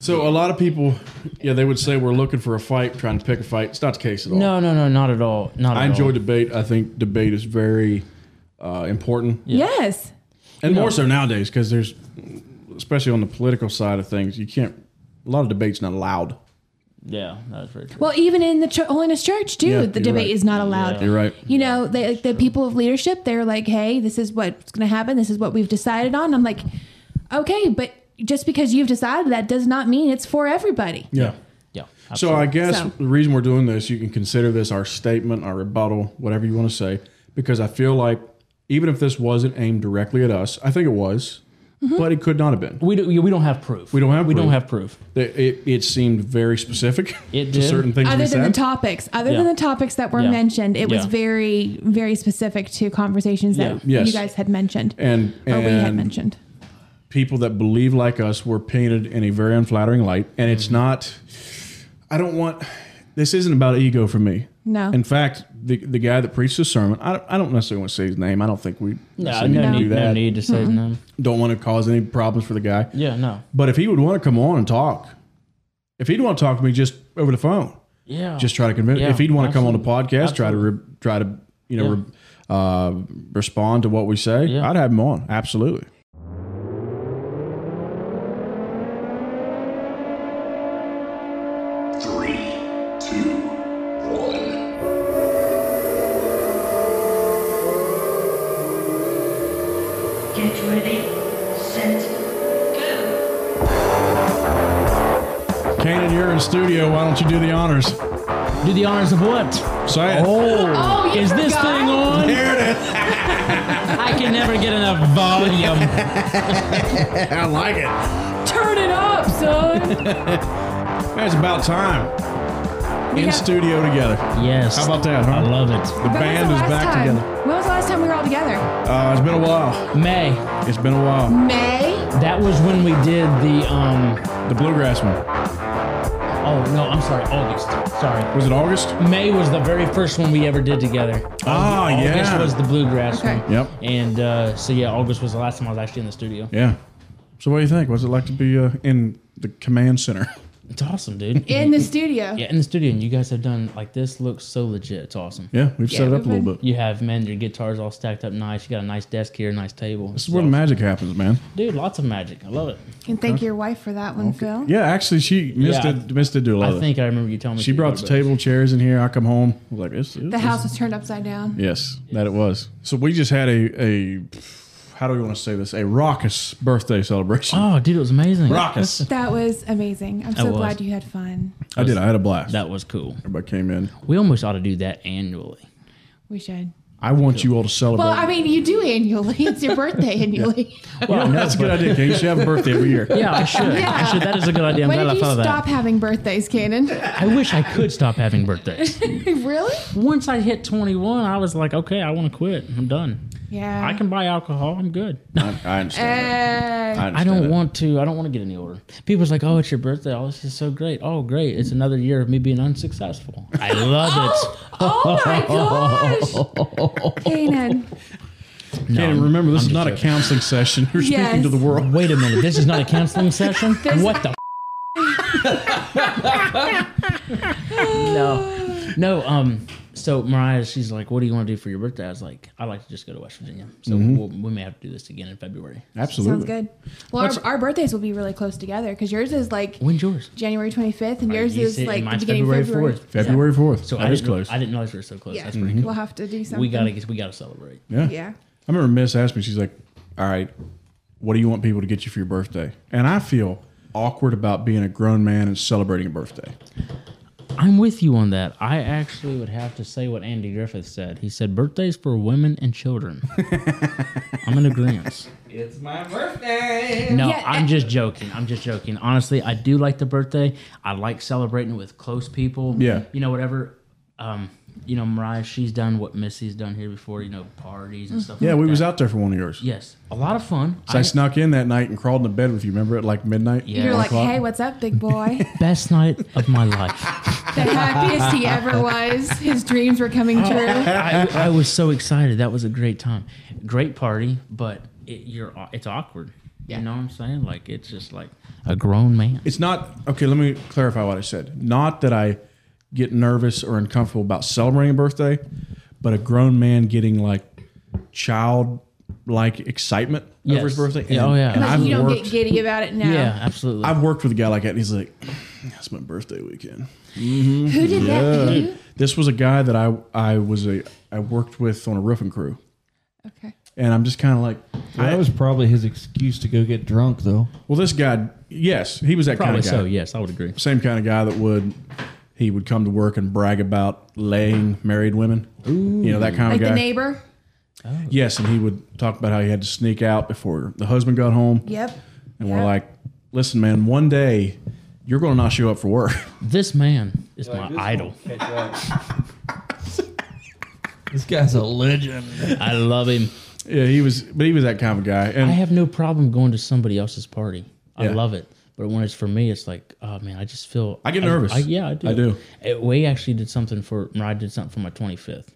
So a lot of people, yeah, they would say we're looking for a fight, trying to pick a fight. It's not the case at all. No, no, no, not at all. Not. I at enjoy all. debate. I think debate is very uh, important, Yes. and more so nowadays because there's, especially on the political side of things, you can't. A lot of debates not allowed. Yeah, that's very true. Well, even in the ch- Holiness Church, too, Yeah, the you're debate right. is not allowed. You're right. You know, they, like, the people of leadership, they're like, hey, this is what's going to happen. This is what we've decided on. I'm like, okay, but just because you've decided that does not mean it's for everybody. Yeah. yeah. So I guess So- the reason we're doing this, you can consider this our statement, our rebuttal, whatever you want to say, because I feel like even if this wasn't aimed directly at us, I think it was, Mm-hmm. but it could not have been. we do, we don't have proof. We don't have we don't proof. have proof. It, it, it seemed very specific It to did. certain things we Other than the said. topics, other Yeah. than the topics that were Yeah. mentioned, it was Yeah. very, very specific to conversations Yeah. that Yes. you guys had mentioned and or Oh, we had and mentioned. people that believe like us were painted in a very unflattering light, and it's Mm-hmm. not. I don't want. This isn't about ego for me. No. In fact, the the guy that preached the sermon, I don't, I don't necessarily want to say his name. I don't think we No, necessarily no need to need, no need to Mm-hmm. say no. don't want to cause any problems for the guy. Yeah, no. But if he would want to come on and talk, if he'd want to talk to me just over the phone, Yeah, just try to convince. Yeah, if he'd want to come on the absolutely. podcast, try to re, try to you know re, uh, respond to what we say, Yeah. I'd have him on absolutely. Three, two, one. Get ready, set, go. Kanan, you're in studio. Why don't you do the honors? do the honors of what? Say it. Oh, you is this forgot? thing on? Here it is. I can never get enough volume. I like it. Turn it up, son. It's about time. We in have- studio together. Yes. How about that, huh? I love it. The band is back time? together. When was the last time we were all together? Uh, it's been a while. May. It's been a while. May? That was when we did the um. The bluegrass one Oh no, I'm sorry. August. Sorry. was it August? May was the very first one we ever did together. Ah, August yeah. was the bluegrass Okay. one. Yep. And uh, so yeah, August was the last time I was actually in the studio. Yeah. So what do you think? What's it like to be uh, in the command center? It's awesome, dude. In the studio. yeah, in the studio, and you guys have done like this looks so legit. It's awesome. Yeah, we've set it up a we've little been- bit. You have man, your guitars all stacked up nice. You got a nice desk here, a nice table. This is where the magic happens, man. Dude, lots of magic. I love it. Can thank your wife for that one, Phil. Yeah, actually, she missed Yeah, I- it. Missed it do a lot. I of it. think I remember you telling me. she brought the table, chairs in here. I come home, I was like, this. this The house was turned upside down. Yes, that it was. So we just had a a how do we want to say this? A raucous birthday celebration. Oh, dude, it was amazing. raucous. That was amazing. I'm That so was. glad you had fun. I did. I had a blast. That was cool. Everybody came in. We almost ought to do that annually. We should. I want you all to celebrate. Well, I mean, you do annually. It's your birthday annually. Well, that's a good idea. Kate. You should have a birthday every year. Yeah, I should. I Yeah. should. That is a good idea. I'm When glad did I you thought of stop that. having birthdays, Cannon? I wish I could stop having birthdays. really? Once I hit 21, I was like, okay, I want to quit. I'm done. Yeah. I can buy alcohol. I'm good. I, I understand. that. Uh, understand I don't that. want to. I don't want to get any older. People's like, oh, it's your birthday. Oh, this is so great. Oh, great. It's another year of me being unsuccessful. I love it. oh my gosh, Canaan. Kanan, remember, this is not a counseling session. You're speaking Yes. to the world. Wait a minute. This is not a counseling session. what the? F- no, no. Um. So Mariah, she's like, "What do you want to do for your birthday?" I was like, "I'd like to just go to West Virginia." So we'll, we may have to do this again in February. Absolutely. Sounds good. Well, our, our birthdays will be really close together because yours is like When's yours? January 25th, and yours You is said- like the mine's beginning of February. February 4th. So So I that is didn't, close. I didn't realize we were so close. Mm-hmm. Yeah, That's pretty cool. we'll have to do something. We gotta we gotta celebrate. yeah. Yeah. I remember Miss asked me, she's like, All right, what do you want people to get you for your birthday? And I feel awkward about being a grown man and celebrating a birthday. I'm with you on that. I actually would have to say what Andy Griffith said. He said, "Birthdays for women and children." I'm in agreement. It's my birthday. No, Yeah, I'm I- just joking. I'm just joking. Honestly, I do like the birthday. I like celebrating with close people. Yeah. You know, whatever. Um, you know, Mariah, she's done what Missy's done here before, you know, parties and stuff. Mm. Yeah, like we that. was out there for one of yours. Yes. A lot of fun. So I, I- snuck in that night and crawled into bed with you, remember at like midnight? Yeah. You're One like, o'clock. hey, what's up, big boy? best night of my life. the happiest he ever was. His dreams were coming true. I, I was so excited. That was a great time. Great party, but it, you're au- it's awkward. Yeah. You know what I'm saying? Like it's just like a grown man. It's not okay. Let me clarify what I said. Not that I get nervous or uncomfortable about celebrating a birthday, but a grown man getting like child like excitement over his Yes. birthday. Yeah, oh, yeah. and Like I've you don't worked, get giddy about it now. Yeah, absolutely. I've worked with a guy like that, and he's like, "That's my birthday weekend." Who did that to you? This was a guy that I I was a I worked with on a roofing crew, Okay. and I'm just kind of like, that was probably his excuse to go get drunk, though. well, this guy, yes, he was that kind Probably of guy. so. Yes, I would agree. same kind of guy that would he would come to work and brag about laying married women. You know that kind Like of the guy. neighbor? yes, and he would talk about how he had to sneak out before the husband got home. Yep. And we're Yep. like, listen, man, one day you're going to not show up for work. This man is my Like, this idol. won't catch up. this guy's a legend. I love him. yeah, he was, but he was that kind of guy. I And have no problem going to somebody else's party. I Yeah. love it. But when it's for me, it's like, oh man, I just feel I get nervous. I, yeah, I do. I do. Uh, we actually did something for I did something for my 25th,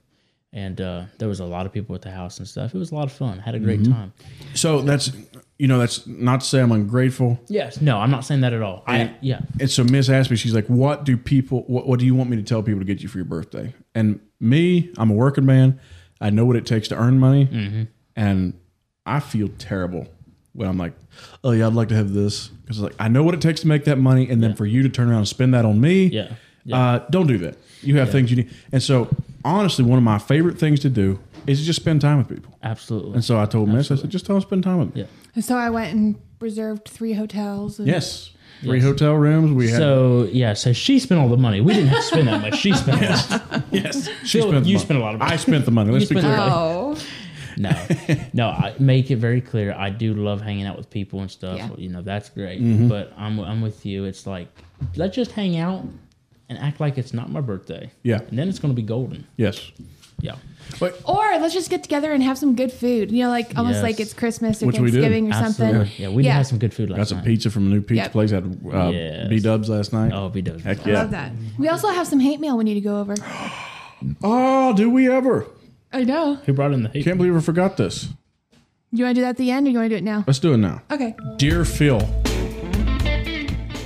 and uh, there was a lot of people at the house and stuff. It was a lot of fun. Had a great time. so that's, you know, that's not to say I'm ungrateful. Yes, no, I'm not saying that at all. I yeah, And so Miss asked me, she's like, "What do people? What, what do you want me to tell people to get you for your birthday?" And me, I'm a working man. I know what it takes to earn money, Mm-hmm. and I feel terrible when I'm like, "Oh yeah, I'd like to have this," because like I know what it takes to make that money, and then for you to turn around and spend that on me, Yeah. Yeah. Uh, don't do that. You have things you need, and so honestly, one of my favorite things to do is just spend time with people. absolutely. And so I told Miss, I said, "Just tell them to spend time with me." Yeah. And so I went and reserved three hotels. And Yes, three hotel rooms. We had So yeah, so she spent all the money. We didn't have to spend that much. She spent. it. yes. She Phil, the you money. spent a lot of money. I spent the money. Let's be spent the clear. money. Oh. No, no. I make it very clear. I do love hanging out with people and stuff. Yeah. You know that's great. Mm-hmm. But I'm I'm with you. It's like let's just hang out and act like it's not my birthday. Yeah. and then it's gonna be golden. Yes. Yeah, Or let's just get together and have some good food. You know, like almost Yes. like it's Christmas or Which we did. Thanksgiving or absolutely. something. Yeah, we did have some good food last Got some night. pizza from a new pizza Yep. place. Had uh, Yes. B Dubs last night. Oh, he does. Heck I yeah. love that. We also have some hate mail we need to go over. Oh, do we ever? I know. Who brought in the hate? Can't believe I forgot this. You want to do that at the end or you want to do it now? Let's do it now. Okay. Dear Phil,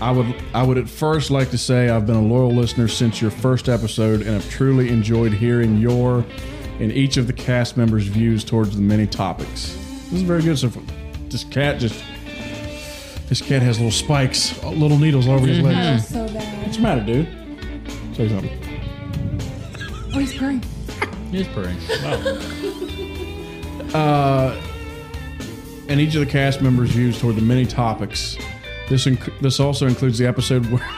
I would I would at first like to say I've been a loyal listener since your first episode and have truly enjoyed hearing your and each of the cast members' views towards the many topics. This is very good. So f- this cat just this cat has little spikes, uh, little needles all over his legs. That's so bad. What's the matter, dude? Say something. Oh, he's purring. It's pretty. And each of the cast members' views toward the many topics. This inc- this also includes the episode where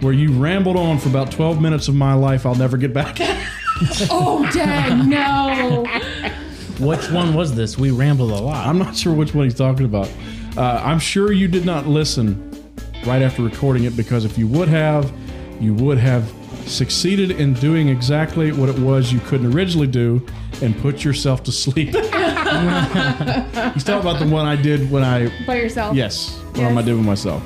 where you rambled on for about 12 minutes of my life I'll never get back. Oh, dang, no. Which one was this? We rambled a lot. I'm not sure which one he's talking about. Uh, I'm sure you did not listen right after recording it because if you would have, you would have succeeded in doing exactly what it was you couldn't originally do and put yourself to sleep. he's talking about the one I did when I By yourself. Yes. What am I Yes. doing with myself?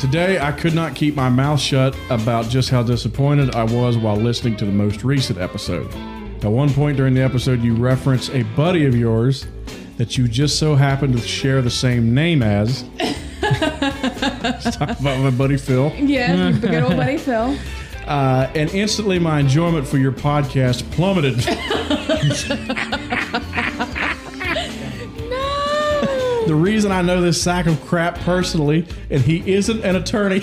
Today, I could not keep my mouth shut about just how disappointed I was while listening to the most recent episode. At one point during the episode, you reference a buddy of yours that you just so happened to share the same name as. Let's talk about my buddy Phil. Yeah, the good old buddy Phil. Uh, and instantly, my enjoyment for your podcast plummeted. No. The reason I know this sack of crap personally, and he isn't an attorney.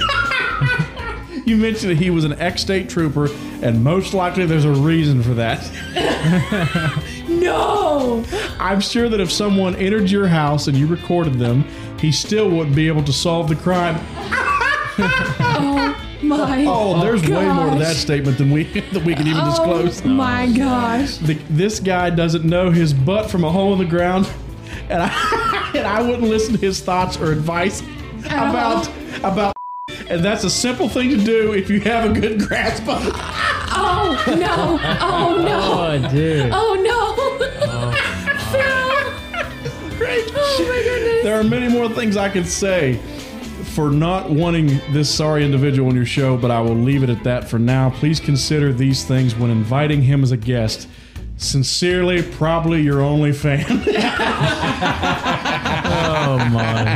you mentioned that he was an ex state trooper, and most likely there's a reason for that. No. I'm sure that if someone entered your house and you recorded them, he still wouldn't be able to solve the crime. Oh, my. Oh, there's way more to gosh. that statement than we that we can even disclose. Oh, my gosh. The, this guy doesn't know his butt from a hole in the ground, and I and I wouldn't listen to his thoughts or advice about about. And that's a simple thing to do if you have a good grasp on it. Oh, no. Oh, no. oh, dude. Oh, no. Phil. Oh. Great. Oh, my goodness. There are many more things I could say for not wanting this sorry individual on your show, but I will leave it at that for now. Please consider these things when inviting him as a guest. Sincerely, probably your only fan. Oh my.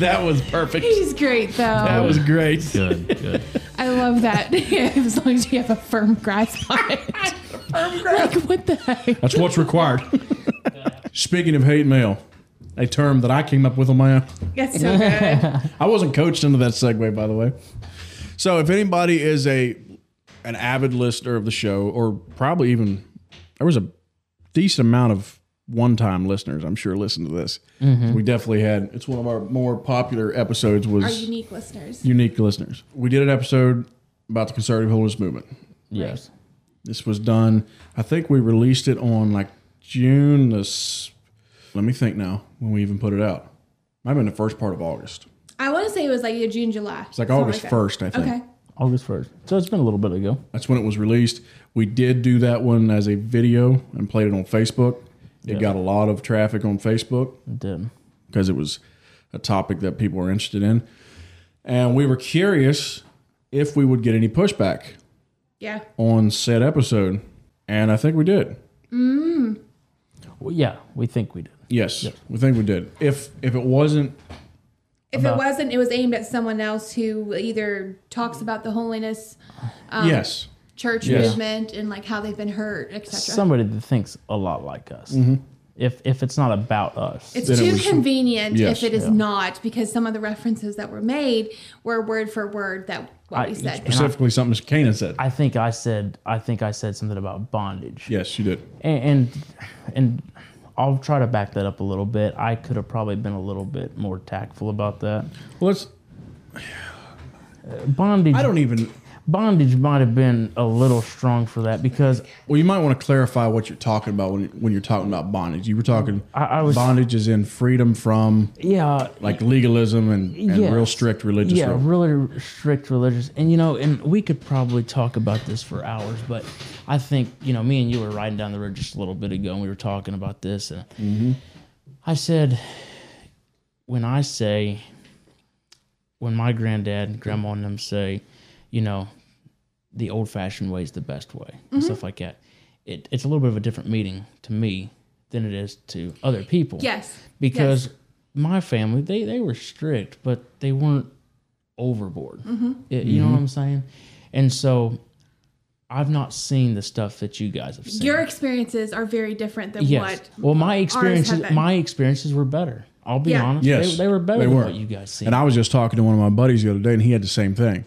That was perfect. He's great though. That was great. Good, good. I love that. as long as you have a firm grasp on it. firm grasp. Like what the heck? That's what's required. Speaking of hate mail, a term that I came up with on my own. That's so good. I wasn't coached into that segue, by the way. So if anybody is a an avid listener of the show, or probably even there was a decent amount of one time listeners, I'm sure listened to this. We definitely had it's one of our more popular episodes was Our unique listeners. unique listeners. We did an episode about the conservative holiness movement. Yes. This was done. I think we released it on like June. This. Let me think now when we even put it out. Might have been the first part of August. I want to say it was like either June, July. It's like August first, I think. Okay. August 1st. So it's been a little bit ago. That's when it was released. We did do that one as a video and played it on Facebook. It got a lot of traffic on Facebook It did. because it was a topic that people were interested in, and we were curious if we would get any pushback Yeah. on said episode, and I think we did. Well, yeah, we think we did. Yes, we think we did. If if it wasn't If it wasn't, it was aimed at someone else who either talks about the holiness yes, church Yes. movement and like how they've been hurt, etc. Somebody that thinks a lot like us. Mm-hmm. If if it's not about us. It's Then it too was- convenient Yes. if it is not because some of the references that were made were word for word that what I- we said. specifically something Kanan said. I think I said I think I said something about bondage. yes, you did. and and, and I'll try to back that up a little bit. I could have probably been a little bit more tactful about that. Well, let's. Bondage I don't even. bondage might have been a little strong for that because Well, you might want to clarify what you're talking about when when you're talking about bondage. You were talking I- I was- bondage is in freedom from yeah, like legalism and, and Yes. real strict religious yeah, rule. really strict religious. And you know, and we could probably talk about this for hours, but I think you know, me and you were riding down the road just a little bit ago, and we were talking about this, and I said, when I say, when my granddad and grandma and them say, you know, the old-fashioned way is the best way, and stuff like that. It, it's a little bit of a different meaning to me than it is to other people Yes. because my family they they were strict but they weren't overboard Mm-hmm. Y- you Mm-hmm. know what i'm saying and so i've not seen the stuff that you guys have seen Your experiences are very different than yes what. well my experiences been. my experiences were better i'll be Yeah. honest Yes, they, they were better they than were. what you guys seen And I was just talking to one of my buddies the other day, and he had the same thing.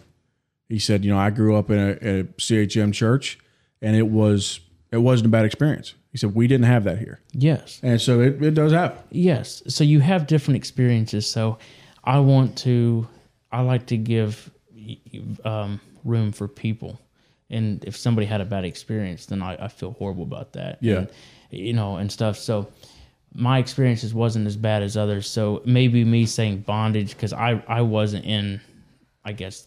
He said, "You know, I grew up in a, a CHM church, and it was it wasn't a bad experience." He said, "We didn't have that here, yes and so it, it does happen." yes so you have different experiences so i want to i like to give y- y- um, room for people and if somebody had a bad experience then i, I feel horrible about that Yeah. And, you know and stuff so my experiences wasn't as bad as others so maybe me saying bondage because i i wasn't in i guess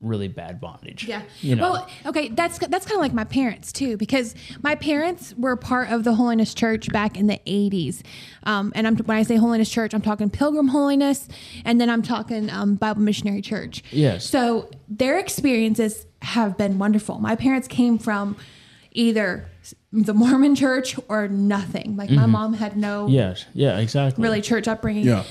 really bad bondage Yeah. you know Well, okay, that's that's kind of like my parents too, because my parents were part of the Holiness Church back in the '80s, um, and I'm, when I say Holiness Church, I'm talking Pilgrim Holiness, and then I'm talking um, Bible Missionary Church. Yes. So their experiences have been wonderful. My parents came from either the Mormon Church or nothing. Like my mom had no yes Mm-hmm. yeah exactly really church upbringing. Yeah.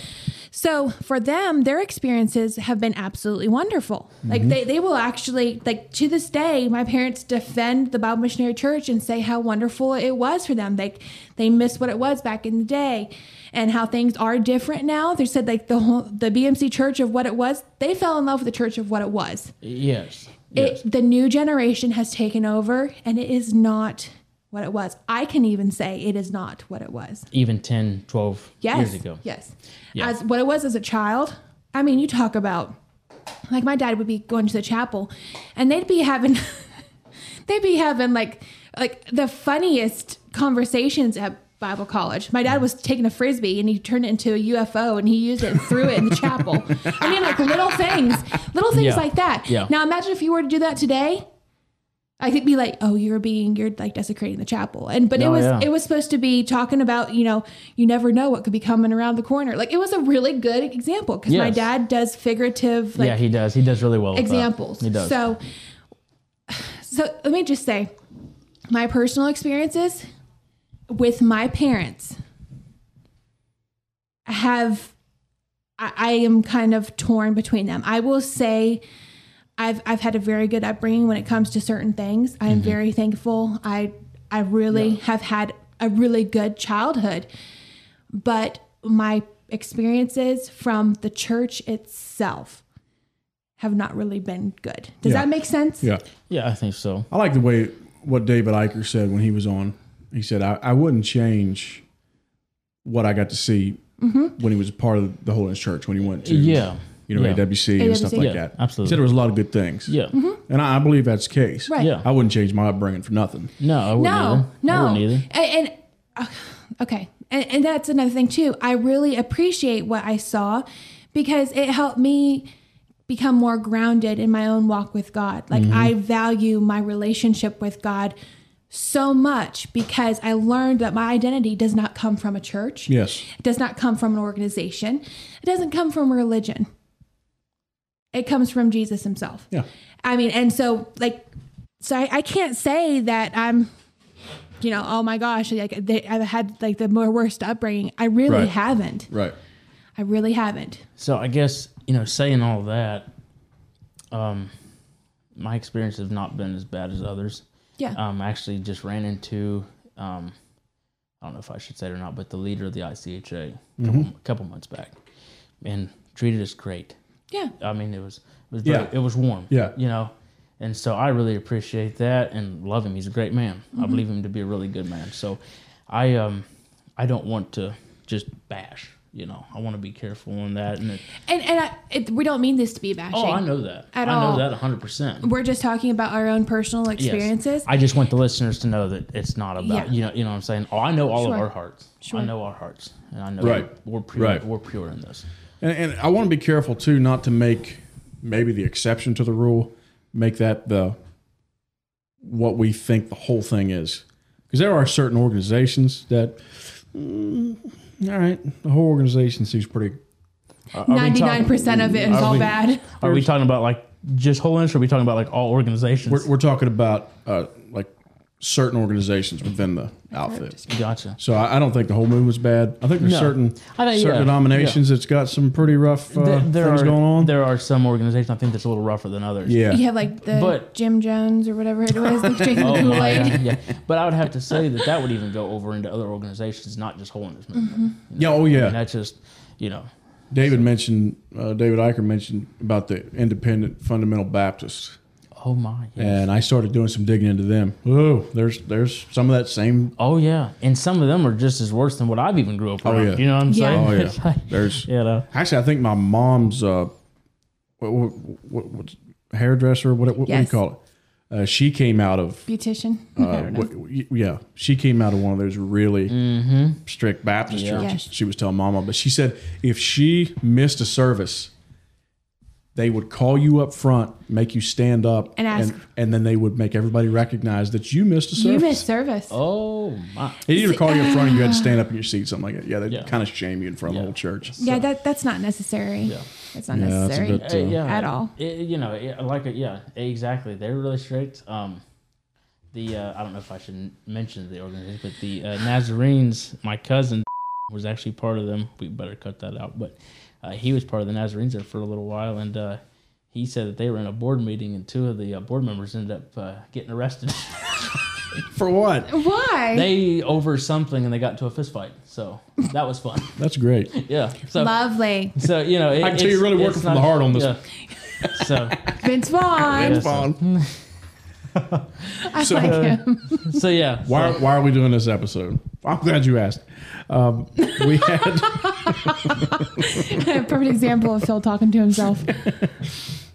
So for them, their experiences have been absolutely wonderful. Like they, they will actually like to this day, my parents defend the Bible Missionary Church and say how wonderful it was for them. They they miss what it was back in the day and how things are different now. They said like the whole the BMC church of what it was, they fell in love with the church of what it was. yes yes. It the new generation has taken over and it is not what it was. I can even say it is not what it was even 10 12 yes, years ago Yes. Yeah. As what it was as a child. I mean, you talk about like my dad would be going to the chapel and they'd be having they'd be having like like the funniest conversations at Bible college. My dad was taking a frisbee and he turned it into a UFO and he used it and threw it in the chapel. I mean, like little things, little things Yeah. like that. Yeah. Now imagine if you were to do that today. I think be like, oh, you're being, you're like desecrating the chapel, and but it Oh, was yeah. it was supposed to be talking about, you know, you never know what could be coming around the corner. Like it was a really good example because my Yes. dad does figurative, like yeah he does he does really well with that. examples. he does So, so let me just say, my personal experiences with my parents have I, I am kind of torn between them. I will say I've I've had a very good upbringing when it comes to certain things. I am Mm-hmm. very thankful. I I really have had a really good childhood. But my experiences from the church itself have not really been good. Does Yeah. that make sense? Yeah. Yeah, I think so. I like the way what David Iker said when he was on. He said, I, I wouldn't change what I got to see when he was a part of the Holiness Church, when he went to, Yeah. you know, Yeah. AWC, and stuff AWC. like Yeah, that. absolutely. He said there was a lot of good things. Yeah. Mm-hmm. And I, I believe that's the case. Right. Yeah. I wouldn't change my upbringing for nothing. No, I wouldn't No, either. no. I wouldn't either. And, and uh, okay, and, and that's another thing too. I really appreciate what I saw because it helped me become more grounded in my own walk with God. Like I value my relationship with God so much because I learned that my identity does not come from a church. Yes. It does not come from an organization. It doesn't come from religion. It comes from Jesus himself. Yeah. I mean, and so like, so I, I can't say that I'm, you know, oh my gosh, like they, I've had like the more worst upbringing. I really Right. haven't. Right. I really haven't. So I guess you know, saying all that, um, my experience has not been as bad as others. Yeah. Um, I actually just ran into, um, I don't know if I should say it or not, but the leader of the ICHA a Mm-hmm. couple, a couple months back, and treated us great. yeah. I mean, it was it was very, Yeah. it was warm. Yeah. You know. And so I really appreciate that and love him. He's a great man. I Mm-hmm. believe him to be a really good man. So I um I don't want to just bash, you know. I want to be careful on that and it, And and I, it, we don't mean this to be bashing. Oh, I know that. At I all. know that 100%. We're just talking about our own personal Yes. experiences. I just want the listeners to know that it's not about Yeah. you know you know what I'm saying. Oh, I know all Sure. of our hearts. I know our hearts, and I know Right. we're, we're pure. Right. We're pure in this. And, and I want to be careful too, not to make maybe the exception to the rule, make that the what we think the whole thing is, because there are certain organizations that, mm, all right, the whole organization seems pretty. Are- are we talking- Ninety nine percent of it is are all we- bad. Are we talking about like just whole or Are we talking about like all organizations? We're, we're talking about uh, like certain organizations within the outfit. gotcha. So I, I don't think the whole move was bad. I think there's No. certain I think- certain yeah, denominations that's got some pretty rough uh, There- there things are going on. there are some organizations I think that's a little rougher than others. yeah, You have like the But- Jim Jones or whatever it was, like drinking Oh the Kool my Aid. God, yeah. But I would have to say that that would even go over into other organizations, not just holiness movement. Mm-hmm. yeah, oh yeah. And that's just, you know, David mentioned uh, David Eicher mentioned about the independent fundamental Baptists, oh my. Yeah. and I started doing some digging into them. Whoa, there's there's some of that same. Oh yeah, and some of them are just as worse than what I've even grew up Oh, around. yeah. You know what I'm Yeah. saying? Oh It's yeah, like- there's you know. actually I think my mom's uh, what, what, what, what's- hairdresser, what, what, what do you Yes. call it? Uh, she came out of Beautician. I Oh, uh, don't know. Mm-hmm. what, yeah, she came out of one of those really strict Baptist churches. Yes. She was telling Mama, but she said if she missed a service, they would call you up front, make you stand up, And ask- and, and then they would make everybody recognize that you missed a you service. missed Ah. service. Oh my. They'd either call you up front, or you had to stand up in your seat, something like that. Yeah, they'd Yeah. kind of shame you in front of the Yeah. whole church. yeah, that that's not necessary. Yeah. That's not Yeah, that's a necessary. bit, Uh, yeah. At all. It- you know, it, like uh, yeah, exactly. They're really strict. Um, the uh, I don't know if I should mention the organization, but the uh, Nazarenes. My cousin was actually part of them. We better cut that out. But uh, he was part of the Nazarenes there for a little while, and uh, he said that they were in a board meeting, and two of the uh, board members ended up uh, getting arrested. For what? Oh. Why? they over something, and they got into a fist fight. So that was fun. That's great. Yeah. So Lovely. so you know, it, I can tell it's- you're really it's working from the heart on this. yeah. So. Vince Vaughn. Yes. Vaughn. I like him. So yeah, Why, why are we doing this episode? I'm glad you asked. Um, we had. Perfect example of Phil talking to himself.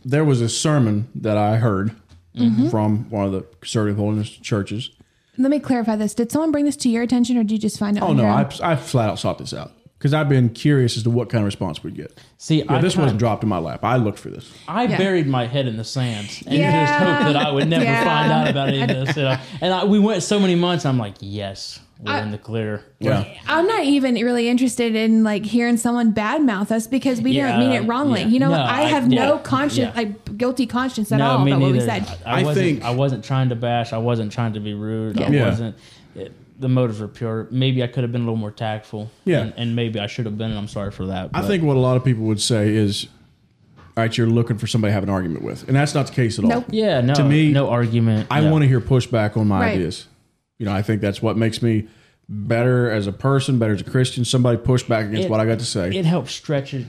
there was a sermon that I heard Mm-hmm. from one of the conservative holiness churches. Let me clarify this. Did someone bring this to your attention or did you just find it? Oh on no, your own? I, I flat out sought this out because I've been curious as to what kind of response we'd get. see, Yeah, I this kind- wasn't dropped in my lap. I looked for this. I buried my head in the sand and Yeah. just hoped that I would never Yeah. find out about any of this. You know? And I, we went so many months. I'm like, yes, we're I- in the clear. Yeah, I'm not even really interested in like hearing someone badmouth us because we Yeah, didn't mean it wrongly. yeah. You know, No, I I- have no yeah, conscience, yeah. like guilty conscience at No, all me about what we neither. said. I, I I wasn't, think- I wasn't trying to bash. I wasn't trying to be rude. I Yeah. wasn't. It, the motives were pure. Maybe I could have been a little more tactful. Yeah. and, and maybe I should have been. And I'm sorry for that. I but- think what a lot of people would say is, all right, you're looking for somebody to have an argument with. And that's not the case at all. Nope. Yeah, no. To me, no argument. I no. want to hear pushback on my Right. ideas. You know, I think that's what makes me better as a person, better as a Christian. Somebody push back against It- what I got to say. It helps stretches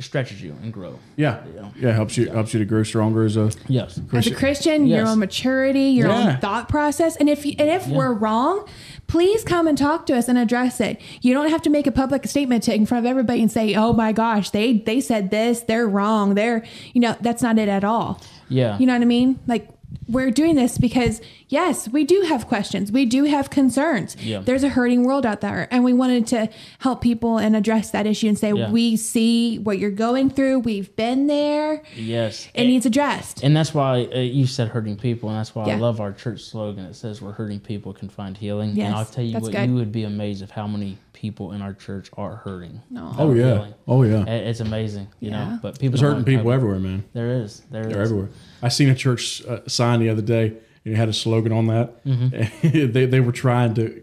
stretches you and grow. yeah. yeah, helps you helps you to grow stronger as a Yes. as a Christian, your Yes. own maturity, your Yeah. own thought process, and if you, and if we're wrong, please come and talk to us and address it. You don't have to make a public statement to, in front of everybody and say, "Oh my gosh, they they said this, they're wrong." They're you know that's not it at all. Yeah. You know what I mean? Like we're doing this because yes, we do have questions, we do have concerns. Yeah. There's a hurting world out there, and we wanted to help people and address that issue and say Yeah. we see what you're going through. We've been there. Yes. It needs addressed. And that's why uh, you said hurting people, and that's why I Yeah. love our church slogan. It says we're hurting people can find healing. Yes, and I'll tell you that's what, good. you would be amazed of how many people in our church are hurting. No. Oh yeah. Really. Oh yeah. I- It's amazing, you know. Yeah. But people There's hurting don't- people everywhere, man. There is. There They're is. everywhere. I seen a church uh, sign the other day, and it had a slogan on that. they they were trying to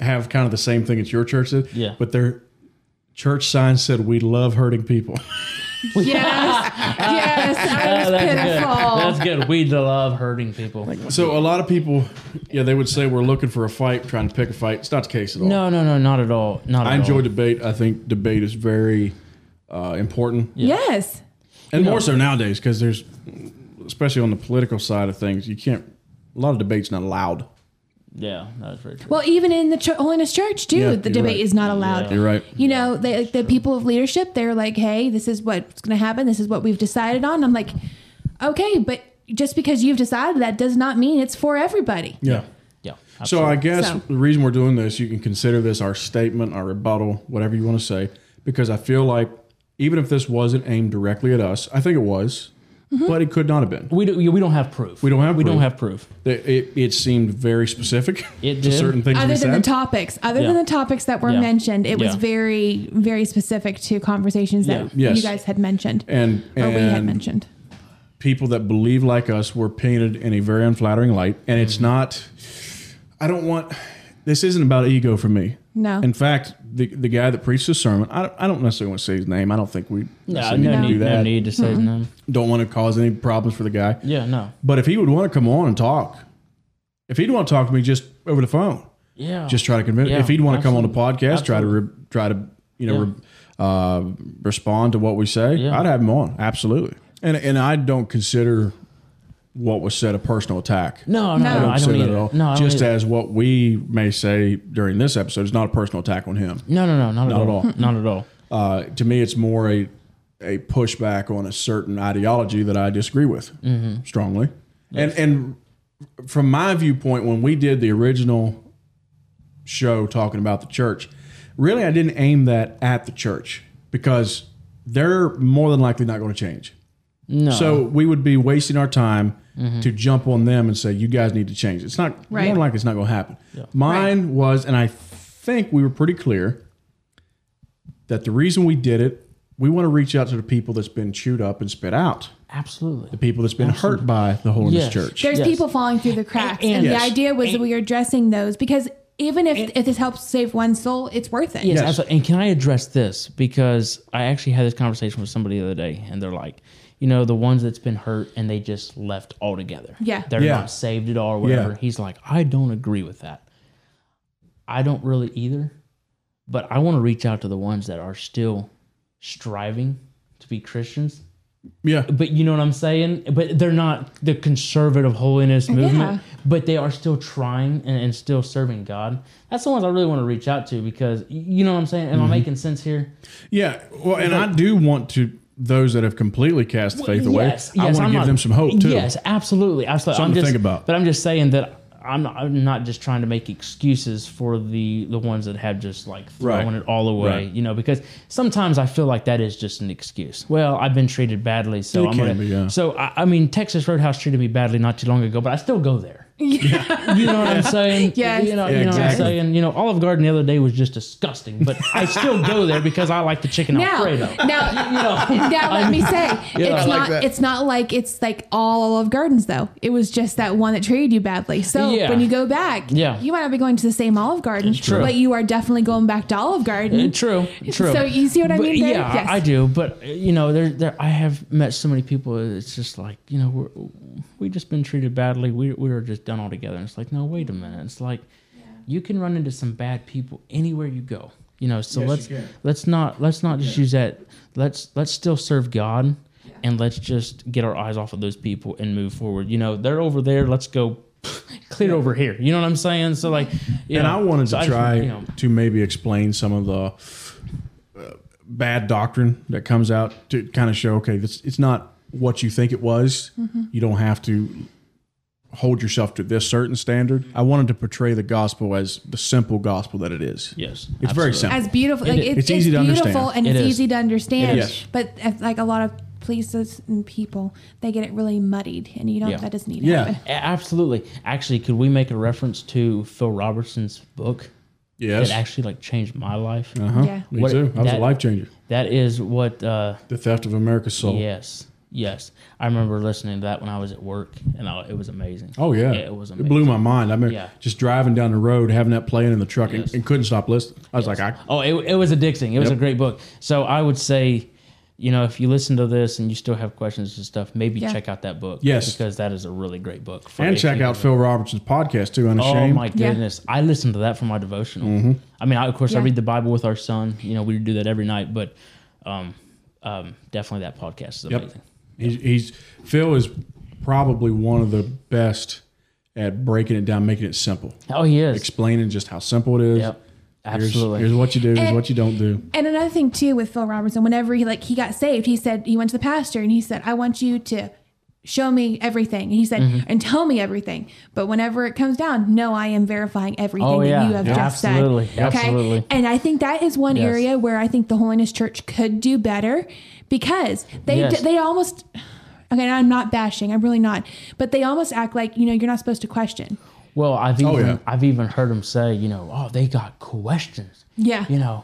have kind of the same thing as your church did. Yeah. But their church sign said, "We love hurting people." Yes, yes, I was That's pitiful. good. We love hurting people. so a lot of people, yeah, they would say we're looking for a fight, trying to pick a fight. It's not the case at all. no, no, no, not at all. Not. I at enjoy all. debate. I think debate is very uh, important, Yes, and more so nowadays because there's, especially on the political side of things, you can't. A lot of debates not allowed. Yeah, that is very true. well, even in the ch- Holiness Church too, Yeah, the you're right. debate is not allowed. Yeah. You're right. You know, they, like, the people of leadership, they're like, "Hey, this is what's going to happen. This is what we've decided on." I'm like, "Okay, but just because you've decided that does not mean it's for everybody." Yeah. yeah. So I absolutely. guess So- the reason we're doing this, you can consider this our statement, our rebuttal, whatever you want to say, because I feel like even if this wasn't aimed directly at us, I think it was, Mm-hmm. but it could not have been. we do, we don't have proof. We don't have we don't proof. have proof. It, it, it seemed very specific It to did. certain things we Other than said. the topics, other than Yeah. the topics that were Yeah. mentioned, it was Yeah. very, very specific to conversations that Yeah. Yes. you guys had mentioned and or we had and mentioned. people that believe like us were painted in a very unflattering light, and Mm-hmm. it's not. I don't want. This isn't about ego for me. No. In fact, the the guy that preached the sermon, I don't, I don't necessarily want to say his name. I don't think we No, necessarily need to no do need, no that. need to Mm-hmm. say no. don't want to cause any problems for the guy. Yeah, no. But if he would want to come on and talk, if he'd want to talk to me just over the phone, Yeah. just try to convince. Yeah, if he'd want to come on the absolutely. podcast, try to re, try to you know re, uh, respond to what we say, Yeah. I'd have him on absolutely. And and I don't consider what was said a personal attack. No, no, No. no, I don't Say that either. No, I don't Just either. as what we may say during this episode is not a personal attack on him. no, no, no, not, Not at at all. all. Not at all. Uh, to me, it's more a a pushback on a certain ideology that I disagree with strongly, and and from my viewpoint, when we did the original show talking about the church, really I didn't aim that at the church because they're more than likely not going to change. No. Mm-hmm. So we would be wasting our time to jump on them and say, "You guys need to change." It's not Right. more than likely it's not going to happen. Mine was, and I think we were pretty clear that the reason we did it, we want to reach out to the people that's been chewed up and spit out, absolutely. people that's been hurt by the whole Yes. church. There's Yes. people falling through the cracks, And- and, Yes. the idea was that we were addressing those because even if if this helps save one soul, it's worth it. Yes, Yes. absolutely. And can I address this because I actually had this conversation with somebody the other day, and they're like, you know, the ones that's been hurt and they just left altogether. Yeah. they're Yeah. not saved at all, or whatever. Yeah. He's like, I don't agree with that. I don't really either, but I want to reach out to the ones that are still striving to be Christians Yeah, but you know what I'm saying? But they're not the conservative holiness movement, Yeah. but they are still trying and, and still serving God. That's the ones I really want to reach out to because y- you know what I'm saying? Am I making sense here? yeah. Well, and I do want to those that have completely cast the faith away. Yes, I yes, want to I'm give not- them some hope too. Yes, absolutely. absolutely. Something I'm to just, think about. But I'm just saying that I'm not, I'm not just trying to make excuses for the the ones that have just like thrown Right. it all away, Right. you know, because sometimes I feel like that is just an excuse. Well, I've been treated badly, so It I'm can gonna, be, yeah. So I, I mean, Texas Roadhouse treated me badly not too long ago, but I still go there. You know what I'm saying? Yes. You know, Yeah, you know what I'm exactly. saying? You know, Olive Garden the other day was just disgusting, but I still go there because I like the chicken Now, Alfredo. now, You know, now let me say, I it's like not. it's not like it's like all Olive Gardens though. It was just that one that treated you badly. So Yeah. when you go back, Yeah. you might not be going to the same Olive Garden, true. but you are definitely going back to Olive Garden. Uh, True, true. So you see what I But mean there? Yeah, Yes. I do. But uh, you know, there, there. I have met so many people. It's just like you know, we're, we just been treated badly. We we were just done altogether. And it's like, no, wait a minute. It's like you can run into some bad people anywhere you go. You know, so Yes, you let's can. let's not let's not just use that. Let's let's still serve God. And let's just get our eyes off of those people and move forward. You know, they're over there. Let's go clear over here. You know what I'm saying? So like, you and know, I wanted so to just, try you know, to maybe explain some of the uh, bad doctrine that comes out to kind of show, okay, this it's not what you think it was. Mm-hmm. You don't have to hold yourself to this certain standard. I wanted to portray the gospel as the simple gospel that it is. yes, It's very absolutely. simple. as beautiful. It like is. it's, It's easy to beautiful understand. and It it's is. easy to understand. It is. But at, like a lot of places and people, they get it really muddied, and you don't. Yeah. That doesn't need to Yeah. happen. A- Absolutely. Actually, could we make a reference to Phil Robertson's book? yes. It actually like changed my life. uh-huh. Yeah. Me What- too. I was a that- life changer. That is what. Uh, The theft of America's soul. yes, yes. I remember listening to that when I was at work, and I, it was amazing. Oh yeah. it was amazing. It blew my mind. I mean, Yeah. just driving down the road, having that playing in the truck, and, Yes. and couldn't stop listening. I was like, I Oh, it, it was addicting. It was Yep. a great book. So I would say, you know, if you listen to this and you still have questions and stuff, maybe Yeah. check out that book. Yes. because that is a really great book. For and if check you- out Phil Robertson's podcast too. Oh Unashamed. my goodness! I listen to that for my devotional. Mm-hmm. I mean, I, of course, I Yeah. read the Bible with our son. You know, we do that every night. But um, um, definitely, that podcast is Yep. amazing. He's, he's Phil is probably one of the best at breaking it down, making it simple, Oh, he is. explaining just how simple it is. Yep, Here's- absolutely. Here's, what you do. Here's And- what you don't do. And another thing too with Phil Robertson, whenever he like he got saved, he said he went to the pastor and he said, "I want you to show me everything." And he said, Mm-hmm. "And tell me everything." But whenever it comes down, no, I am verifying everything Oh, yeah. that you have Yeah. just Absolutely. said. Okay, Absolutely. and I think that is one Yes. area where I think the Holiness Church could do better because they Yes. d- they almost. Okay, and I'm not bashing. I'm really not. But they almost act like you know you're not supposed to question. well, I've even Oh, yeah. I've even heard him say, you know, oh, they got questions. Yeah. You know,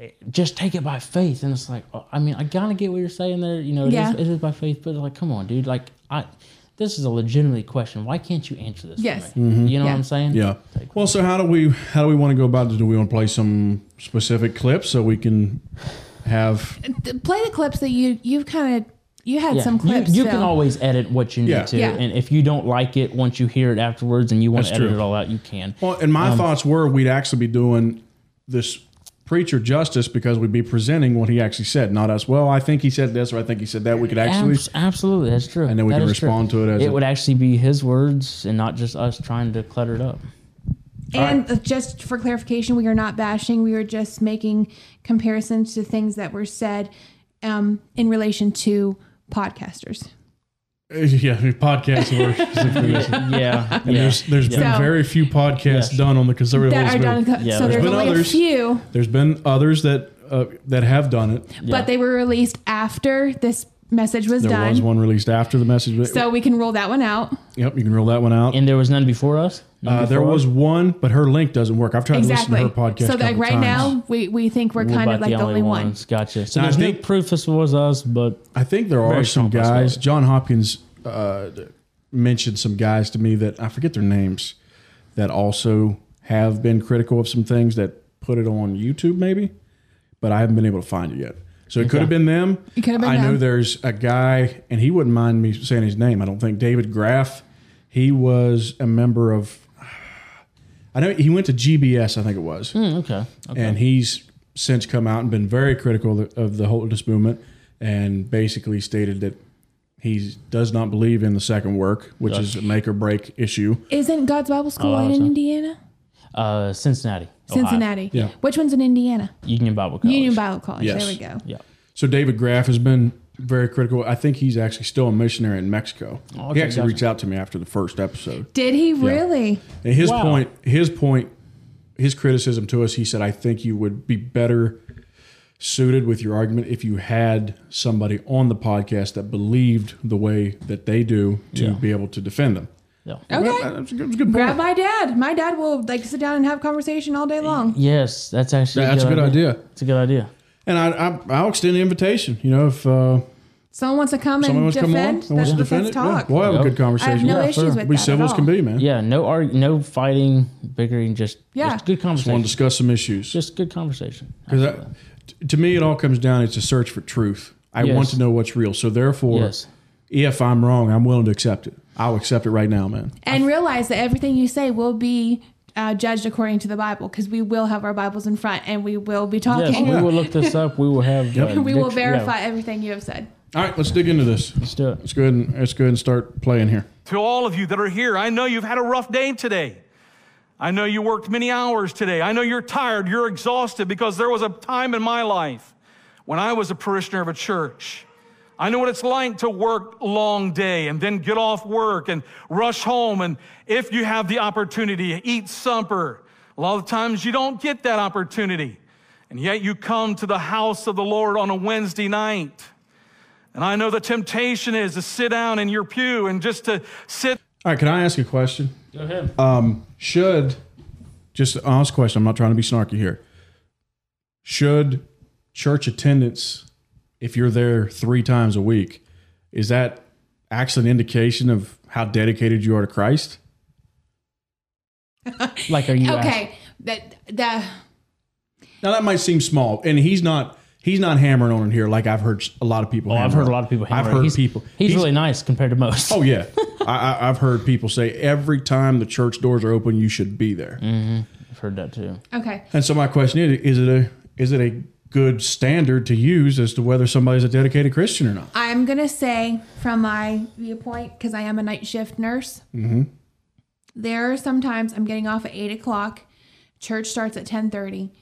eh, just take it by faith. And it's like, oh, I mean, I kind of get what you're saying there. You know, it is Yeah. it is by faith, but like, come on, dude. Like, I this is a legitimate question. Why can't you answer this? for Yes. me? You know what Yeah. I'm saying? Mm-hmm. Yeah. Well, so how do we how do we want to go about this? Do we want to play some specific clips so we can have? Th- Play the clips that you you've kind of you had Yeah, some you- clips. You, so. can always edit what you need Yeah. to, Yeah. and if you don't like it once you hear it afterwards, and you want to That's edit true. it all out, you can. Well, and Um, my thoughts were we'd actually be doing this preacher justice because we'd be presenting what he actually said, not us. Well, I think he said this, or I think he said that. We could Um, actually. Abs- absolutely, that's true. And then we That can is true. respond to it as it a- would actually be his words and not just us trying to clutter it up. And uh, just for clarification, we are not bashing. We are just making comparisons to things that were said um, in relation to podcasters. yeah, podcasts were specifically this. Yeah, And yeah. there's there's been So- very few podcasts Yes. done on the conservative That are Elizabeth. done, Yeah, so there's there's been only others. a few, There's been others that uh, that have done it. Yeah. but they were released after this message was There done. was one released after the message. but- So we can rule that one out. yep, you can rule that one out. and there was none before us. None Uh, before there was one, but her link doesn't work. I've tried Exactly. to listen to her podcast. so like couple right times. now, we, we think we're, We're kind of about like the only one. ones. Gotcha. So Now, I there's no think- proof this was us, but I think there are Very some complex guys. though. John Hopkins uh, mentioned some guys to me that I forget their names that also have been critical of some things that put it on YouTube, maybe, but I haven't been able to find it yet. So it could have been them. It could have been I know them. there's a guy, and he wouldn't mind me saying his name. I don't think David Graff. He was a member of. I know he went to GBS. I think it was mm, okay. okay. and he's since come out and been very critical of the, of the holiness movement and basically stated that he does not believe in the second work, which is a make or break issue. Isn't God's Bible Oh, School I in hope so. Indiana? Uh, Cincinnati, Ohio. Cincinnati. Yeah. Which one's in Indiana? Union Bible College. Union Bible College. Yes. There we go. Yeah. So David Graff has been very critical. I think he's actually still a missionary in Mexico. Oh, okay, he actually gotcha. reached out to me after the first episode. Did he really? And his Wow. point, his point, his criticism to us, he said, I think you would be better suited with your argument if you had somebody on the podcast that believed the way that they do to Yeah. be able to defend them. No. Okay. That's a good, that's a good Grab point. my dad. My dad will like sit down and have conversation all day long. Yes, that's actually That's a good idea. It's a good idea. And I, I, I'll extend the invitation. You know, if uh, Someone wants to come someone and wants to come on defend. and wants to let's- defend let's it, yeah, talk. we'll have a Yeah. good conversation. I have no issues with We that at civil as can all. be, man. Yeah, no arg- no fighting, bickering, just Yeah. just good Just want conversation. to Just, discuss some issues. good conversation. 'Cause I- t- to me, it all comes down. It's a search for truth. I Yes. want to know what's real. So therefore, Yes. if I'm wrong, I'm willing to accept it. I'll accept it right now, man. And realize that everything you say will be uh, judged according to the Bible because we will have our Bibles in front and we will be Yes, talking. we will look this up. We will have. Yep. uh, we will dict- verify Yeah, everything you have said. All right, let's dig into this. let's do it. Let's go ahead and let's go ahead and start playing here. To all of you that are here, I know you've had a rough day today. I know you worked many hours today. I know you're tired, you're exhausted because there was a time in my life when I was a parishioner of a church. I know what it's like to work a long day and then get off work and rush home and if you have the opportunity, eat supper. A lot of times you don't get that opportunity. And yet you come to the house of the Lord on a Wednesday night. And I know the temptation is to sit down in your pew and just to sit All right, can I ask a question? Um, Go ahead. Should just an honest question. I'm not trying to be snarky here. Should church attendance, if you're there three times a week, is that actually an indication of how dedicated you are to Christ? like, are you asking- Okay. That the Now that might seem small, and he's not. He's not hammering on it here like I've heard a lot of people. Oh, I've hammer heard a on. lot of people. hammer I've it. heard He's- people. He's, really nice compared to most. Oh yeah, I, I, I've heard people say every time the church doors are open, you should be there. I've heard that too. okay. And so my question is: Is it a is it a good standard to use as to whether somebody's a dedicated Christian or not? I'm gonna say from my viewpoint because I am a night shift nurse. There are sometimes I'm getting off at eight o'clock. Church starts at ten thirty.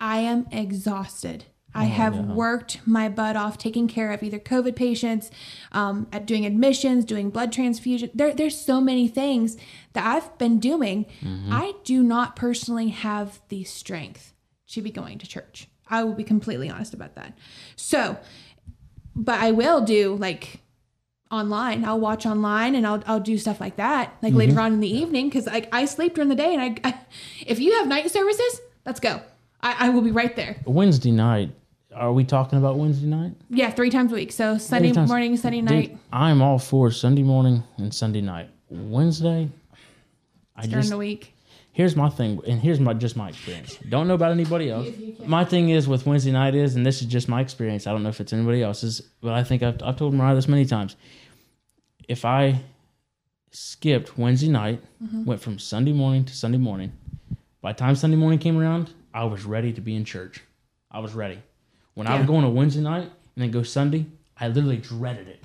I am exhausted. I have worked my butt off taking care of either COVID patients, um, at doing admissions, doing blood transfusion. There, there's so many things that I've been doing. I do not personally have the strength to be going to church. I will be completely honest about that. So, but I will do like online. I'll watch online and I'll I'll do stuff like that like Mm-hmm. later on in the evening because like I sleep during the day and I, I if you have night services, let's go. I, I will be right there. Wednesday night. Are we talking about Wednesday night? Yeah, three times a week. So Sunday times. morning, Sunday Dude, night. I'm all for Sunday morning and Sunday night. Wednesday, I during just the week. here's my thing, and here's my just my experience. Don't know about anybody else. My thing is with Wednesday night is, and this is just my experience. I don't know if it's anybody else's, but I think I've I've told Mariah this many times. If I skipped Wednesday night, went from Sunday morning to Sunday morning, by the time Sunday morning came around, I was ready to be in church. I was ready. When I would go on a Wednesday night and then go Sunday, I literally dreaded it.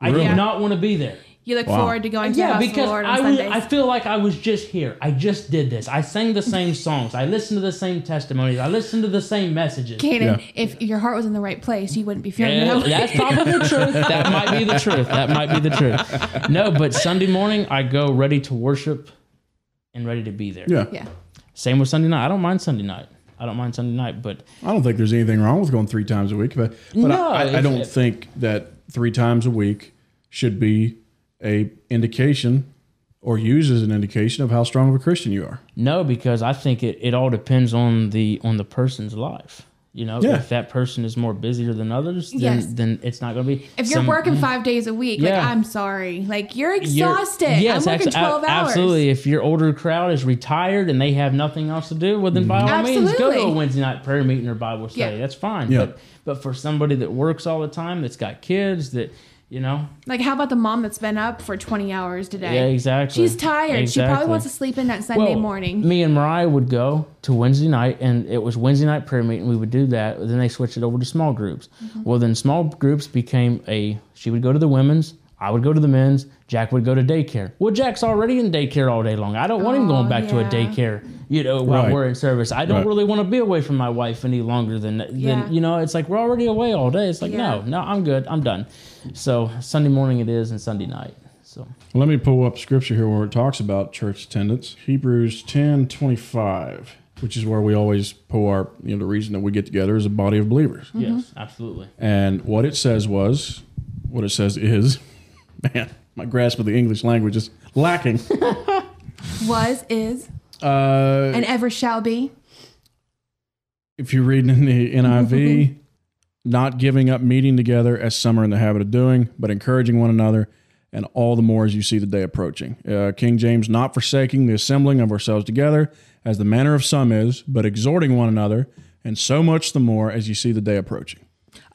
I Really? did not want to be there. You look forward to going to the Yeah, house of the because Lord on I, was, Sundays. I feel like I was just here. I just did this. I sang the same songs. I listened to the same testimonies. I listened to the same messages. Kaden, Yeah. if your heart was in the right place, you wouldn't be feeling Yeah, that way. that's probably the truth. That might be the truth. That might be the truth. No, but Sunday morning I go ready to worship and ready to be there. Yeah, Yeah. Same with Sunday night. I don't mind Sunday night. I don't mind Sunday night, but I don't think there's anything wrong with going three times a week, but but No, I, I, I it's- don't think that three times a week should be a indication or used as an indication of how strong of a Christian you are. No, because I think it, it all depends on the on the person's life. You know, Yeah. if that person is more busier than others, then Yes. then it's not going to be. If you're Some- mm. working five days a week, like Yeah. I'm sorry, like you're you're- exhausted. yes, I'm working abso- a- twelve hours. Absolutely. If your older crowd is retired and they have nothing else to do, well, then by all means, go to a Absolutely. Wednesday night prayer meeting or Bible study. Yeah. That's fine. Yeah. But but for somebody that works all the time, that's got kids, that you know, Like how about the mom that's been up for twenty hours today? yeah, exactly. She's tired. She probably Exactly. wants to sleep in that Sunday Well, morning. Me and Mariah would go to Wednesday night, and it was Wednesday night prayer meeting. We would do that. Then they switched it over to small groups. Mm-hmm. Well, then small groups became a. She would go to the women's. I would go to the men's. Jack would go to daycare. Well, Jack's already in daycare all day long. I don't want him going Oh, back to a yeah. daycare. You know, while Right. we're in service, I don't Right. really want to be away from my wife any longer than Yeah. than you know. It's like we're already away all day. It's like no, Yeah. no, I'm good. I'm done. So Sunday morning it is, and Sunday night. So Let me pull up scripture here where it talks about church attendance. Hebrews ten twenty five, which is where we always pull our, you know, the reason that we get together as a body of believers. Mm-hmm. yes, absolutely. And what it says was, what it says is, man, my grasp of the English language is lacking. was, is, Uh, and ever shall be. if you're reading in the Mm-hmm. NIV, not giving up meeting together as some are in the habit of doing, but encouraging one another, and all the more as you see the day approaching. Uh, King James, not forsaking the assembling of ourselves together, as the manner of some is, but exhorting one another, and so much the more as you see the day approaching.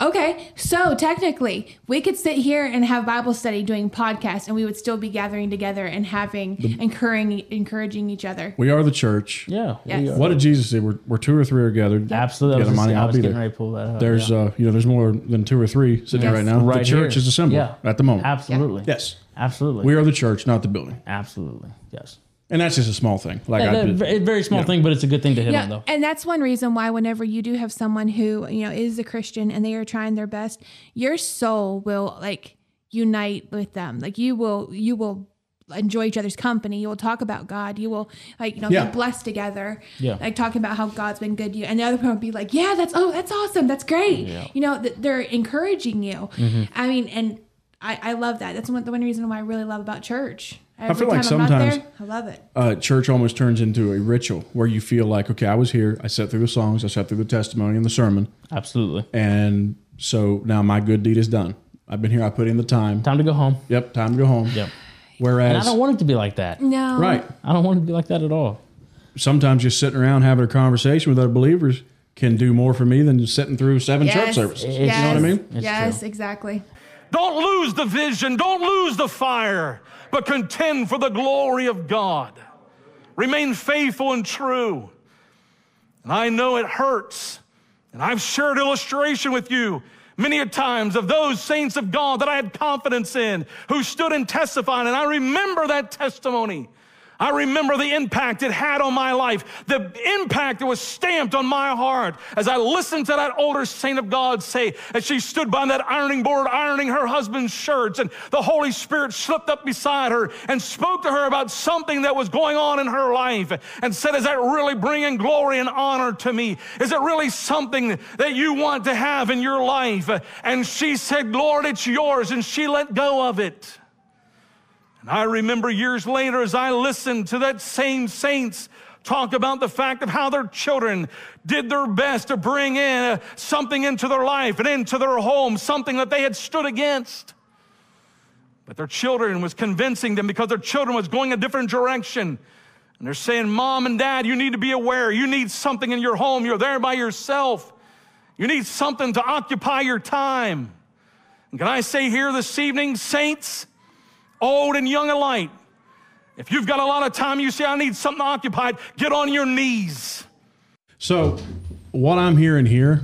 Okay, so technically, we could sit here and have Bible study doing podcasts, and we would still be gathering together and having encouraging encouraging each other. We are the church. Yeah. we Yes. are. What did Jesus say? Where, where two or three are gathered, Absolutely. I Yeah, was, just- Imani, I I'll was be getting there. ready to pull that up. there's yeah. uh, you know there's more than two or three sitting Yes. right now. the Right church here. is assembled Yeah. at the moment. absolutely. Yes, Absolutely. we are the church, not the building, absolutely. Yes. and that's just a small thing. Like I That- did. that- very small thing, but it's a good thing to hit on, Yeah, though. and that's one reason why whenever you do have someone who you know is a Christian and they are trying their best, your soul will like unite with them. Like you will, you will enjoy each other's company. You will talk about God. You will like you know Yeah. be blessed together. Yeah. like talking about how God's been good to you, and the other person will be like, "Yeah, that's oh, that's awesome. That's great." You know, th- they're encouraging you. Mm-hmm. I mean, and I, I love that. That's one the one reason why I really love about church. Every feel like time I'm not sometimes- there, I love it. uh, church almost turns into a ritual where you feel like, okay, I was here, I sat through the songs, I sat through the testimony and the sermon, Absolutely. and so now my good deed is done. I've been here, I put in the time. Time to go home. Yep, time to go home. Yep. And I Whereas, don't want it to be like that. No, right, I don't want it to be like that at all. sometimes just sitting around having a conversation with other believers can do more for me than just sitting through seven church Yes. services. It's- You know what I mean? It's yes, exactly. Don't lose the vision. Don't lose the fire, but contend for the glory of God. Remain faithful and true. And I know it hurts. And I've shared illustration with you many a times of those saints of God that I had confidence in who stood and testified. And I remember that testimony. I remember the impact it had on my life, the impact that was stamped on my heart as I listened to that older saint of God say, as she stood by that ironing board ironing her husband's shirts, and the Holy Spirit slipped up beside her and spoke to her about something that was going on in her life and said, Is that really bringing glory and honor to me? Is it really something that you want to have in your life? And she said, Lord, it's yours, and she let go of it. And I remember years later as I listened to that same saints talk about the fact of how their children did their best to bring in uh, something into their life and into their home, something that they had stood against. But their children was convincing them because their children was going a different direction. And they're saying, Mom and Dad, you need to be aware. You need something in your home. You're there by yourself. You need something to occupy your time. And can I say here this evening, saints, old and young alike. If you've got a lot of time, you say, I need something occupied, get on your knees. So, what I'm hearing here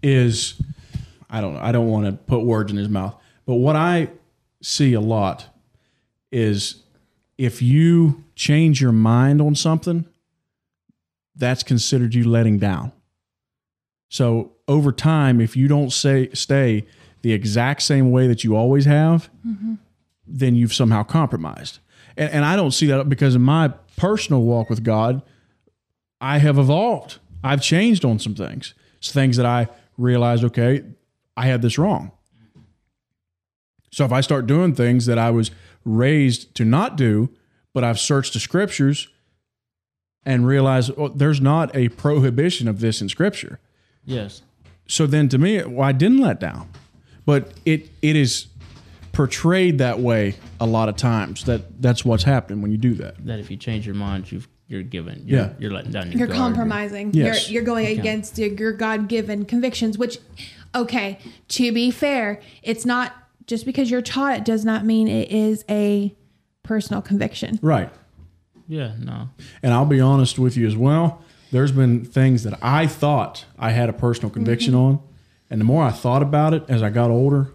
is, I don't know. I don't want to put words in his mouth, but what I see a lot is if you change your mind on something, that's considered you letting down. So over time, if you don't say stay the exact same way that you always have, then you've somehow compromised. And, and I don't see that because in my personal walk with God, I have evolved. I've changed on some things. It's things that I realized, okay, I had this wrong. So if I start doing things that I was raised to not do, but I've searched the scriptures and realized oh, there's not a prohibition of this in scripture Yes. so then to me well, i didn't let down but it it is portrayed that way a lot of times that that's what's happening when you do that That if you change your mind, you've, you're giving. You're, Yeah. You're letting down your You're guard. compromising. Yes. You're, you're going against your, your God given convictions, which, okay, to be fair, it's not just because you're taught it does not mean it is a personal conviction. right Yeah. No. and i'll be honest with you as well there's been things that i thought i had a personal conviction on and the more i thought about it as i got older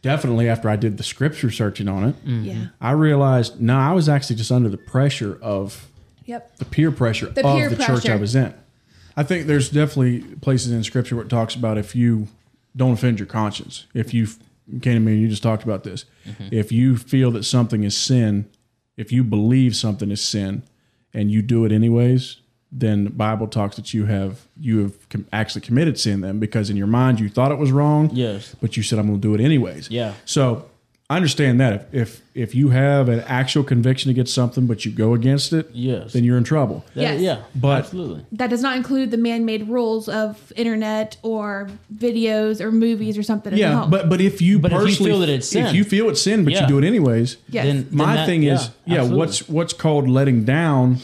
definitely after i did the scripture searching on it Yeah. i realized no i was actually just under the pressure of Yep. the peer pressure The of peer the church pressure. I was in. I think there's definitely places in scripture where it talks about if you don't offend your conscience. If you came to me and you just talked about this, Mm-hmm. if you feel that something is sin, if you believe something is sin and you do it anyways, then the Bible talks that you have you have com- actually committed sin then because in your mind you thought it was wrong. Yes. But you said I'm going to do it anyways. Yeah. So I understand that if, if if you have an actual conviction against something but you go against it, Yes. then you're in trouble. Yes. Yeah. But- absolutely. That does not include the man-made rules of internet or videos or movies or something. at Yeah, home. but but if you But if you personally feel that it's if sin. you feel it's sin but Yeah. you do it anyways, Yes. Then- then my that- thing is yeah, absolutely. what's what's called letting down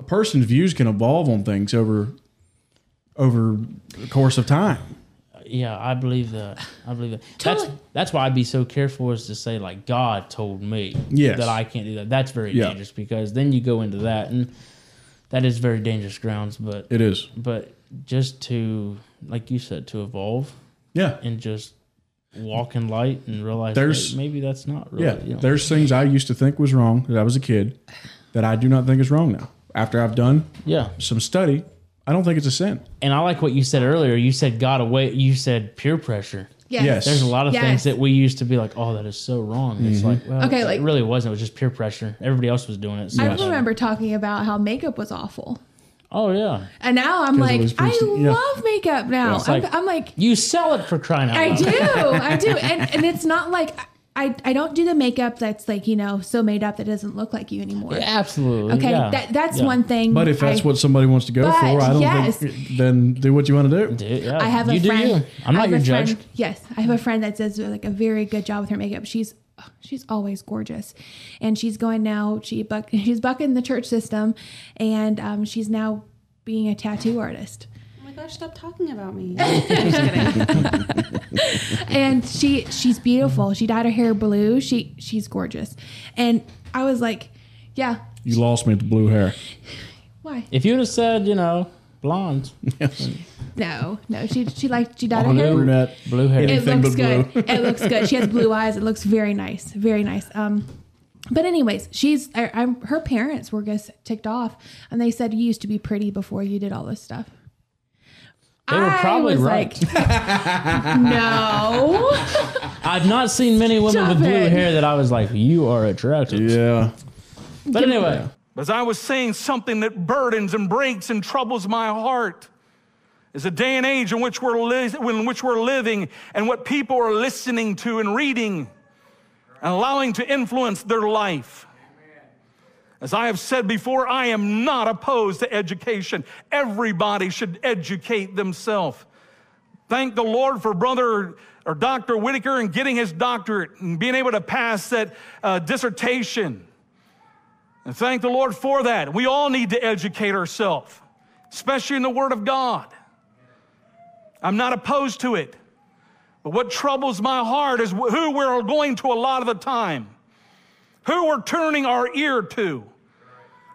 a person's views can evolve on things over over the course of time Yeah, I believe that. I believe that. Totally. That's that's why I'd be so careful is to say like God told me Yes. that I can't do that. That's very Yeah. dangerous because then you go into that and that is very dangerous grounds. But it is but just to like you said to evolve yeah and just walk in light and realize There's- hey, maybe that's not really yeah you know. there's things i used to think was wrong that i was a kid that i do not think is wrong now after i've done yeah some study i don't think it's a sin and I like what you said earlier you said God away you said peer pressure yes. yes. There's a lot of Yes. things that we used to be like, oh, that is so wrong. Mm-hmm. It's like, well, Okay, it like- really wasn't. It was just peer pressure. Everybody else was doing it. so- I remember talking about how makeup was awful, Oh yeah, and now I'm it like, was I pristine. Yeah. love makeup now. It's I'm, like- I'm like, you sell it for crying out I loud. do, I do, and and it's not like I I don't do the makeup that's like you know so made up that doesn't look like you anymore. Absolutely. Okay, yeah. that that's Yeah. one thing. but if that's Mm, I- what somebody wants to go But, for i don't think yes. then do what you want to do Do it, yeah. I have a You do friend. you. I'm not I have your a judge. friend- Yes, I have a friend that does like a very good job with her makeup. She's she's always gorgeous, and she's going now. She buck she's bucking the church system, and um, she's now being a tattoo artist. Oh my gosh, stop talking about me. and she she's beautiful. She dyed her hair blue. She she's gorgeous, and I was like, yeah, you lost me at the blue hair why? If you'd have said, you know, blonde, No, no. She she liked she dyed her hair. blue, Brunette. blue hair, It Anything looks but good. it looks good. She has blue eyes. It looks very nice. Very nice. Um, but anyways, she's I, I'm her parents were just ticked off, and they said you used to be pretty before you did all this stuff. they were I probably was right. Like, no. I've not seen many women Stop with blue it. hair that I was like, you are attractive. yeah But anyway, As I was saying, something that burdens and breaks and troubles my heart is a day and age in which we're, li- in which we're living and what people are listening to and reading and allowing to influence their life. As I have said before, I am not opposed to education. Everybody should educate themselves. Thank the Lord for Brother or Dr. Whitaker and getting his doctorate and being able to pass that uh, dissertation. And thank the Lord for that. We all need to educate ourselves, especially in the Word of God. I'm not opposed to it. But what troubles my heart is wh- who we're going to a lot of the time, who we're turning our ear to,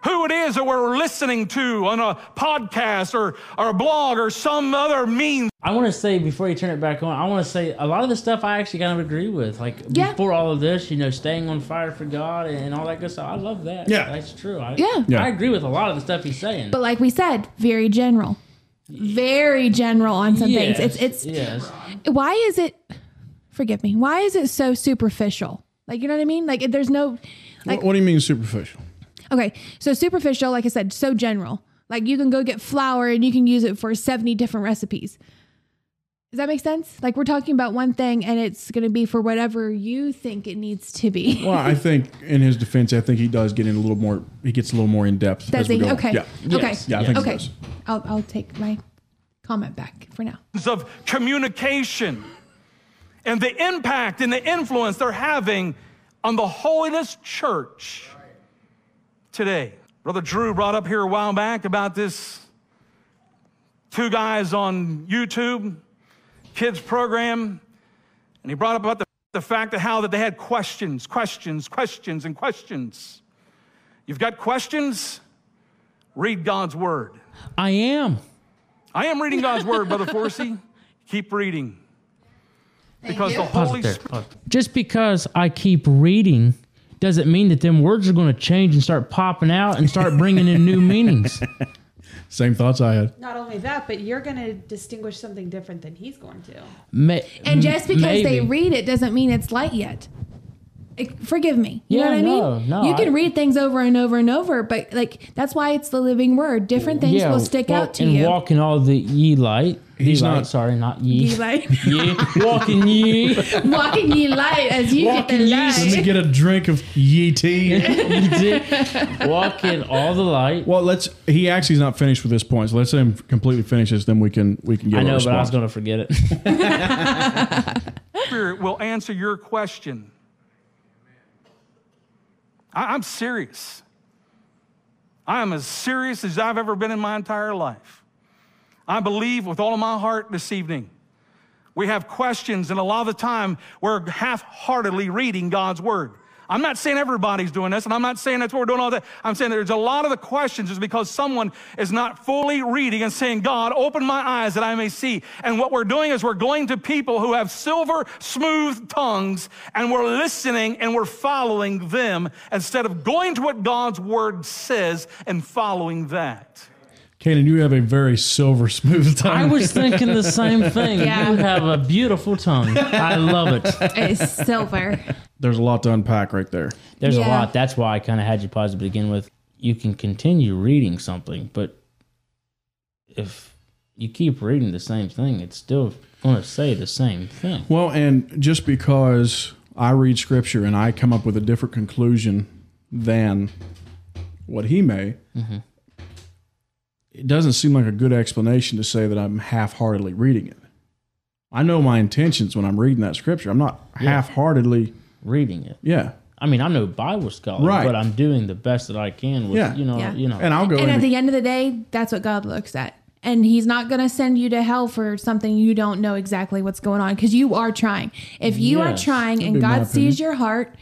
who it is that we're listening to on a podcast or, or a blog or some other means. I want to say before you turn it back on, I want to say a lot of the stuff I actually kind of agree with. Like Yeah. before all of this, you know, staying on fire for God and all that good stuff. I love that. Yeah. that's true. I, Yeah. Yeah. I agree with a lot of the stuff he's saying. But like we said, very general. Very general on some yes, things. It's it's yes. why is it forgive me, why is it so superficial? Like you know what I mean? Like there's no like what, what do you mean superficial Okay, so superficial, like I said, so general. Like you can go get flour and you can use it for 70 different recipes. Does that make sense? Like we're talking about one thing and it's going to be for whatever you think it needs to be. Well, I think in his defense, I think he does get in a little more. He gets a little more in depth. Does as we he? go on. Okay. Yeah. Okay. Yes. Yeah, I think he okay. does. I'll, I'll take my comment back for now. Mm-hmm. of communication and the impact and the influence they're having on the holiness church today. Brother Drew brought up here a while back about this two guys on YouTube, kids program, and he brought up about the, the fact that how that they had questions, questions, questions, and questions. You've got questions? Read God's word. I am. I am reading God's word, Brother Forsey. Keep reading. Because the Pause Holy it there. Spirit. Pause. Just because I keep reading doesn't mean that them words are going to change and start popping out and start bringing in new meanings. Same thoughts I had. Not only that, but you're going to distinguish something different than he's going to. Ma- And just because they maybe. read it doesn't mean it's light yet. It- forgive me. You Yeah, know what I no, mean? no, you can I- read things over and over and over, but like that's why it's the living word. Different things will stick well, out to and you. walk in all the ye light he's Eli, not Sorry, not ye. Ye light. Ye. Walking ye. Walking ye light as you walking get the yeast. Let me light. get a drink of yee tea. You did. Walk in all the light. well, let's. He actually is not finished with this point, so let's let him completely finish this. Then we can we can get. I a know, but I response. was going to forget it. Spirit will answer your question. I, am serious. I am as serious as I've ever been in my entire life. I believe with all of my heart this evening. We have questions, and a lot of the time we're half heartedly reading God's word. I'm not saying everybody's doing this, and I'm not saying that's what we're doing all that. I'm saying there's a lot of the questions is because someone is not fully reading and saying, God, open my eyes that I may see. And what we're doing is we're going to people who have silver, smooth tongues, and we're listening and we're following them instead of going to what God's word says and following that. Kanan, you have a very silver smooth I tongue. was thinking the same thing. Yeah. You have a beautiful tongue. I love it. It's silver. There's a lot to unpack right there. There's a Yeah. lot. That's why I kind of had you pause to begin with. You can continue reading something, but if you keep reading the same thing, it's still going to say the same thing. Well, and just because I read scripture and I come up with a different conclusion than what he may, it doesn't seem like a good explanation to say that I'm half heartedly reading it. I know my intentions when I'm reading that scripture. I'm not half heartedly, Reading it. yeah. I mean, I'm no Bible scholar, Right. but I'm doing the best that I can with Yeah. you know, Yeah. you know. And I'll go And in at the end of the day, that's what God looks at. And he's not going to send you to hell for something you don't know exactly what's going on because you are trying. If you Yes. are trying and be my God sees your heart,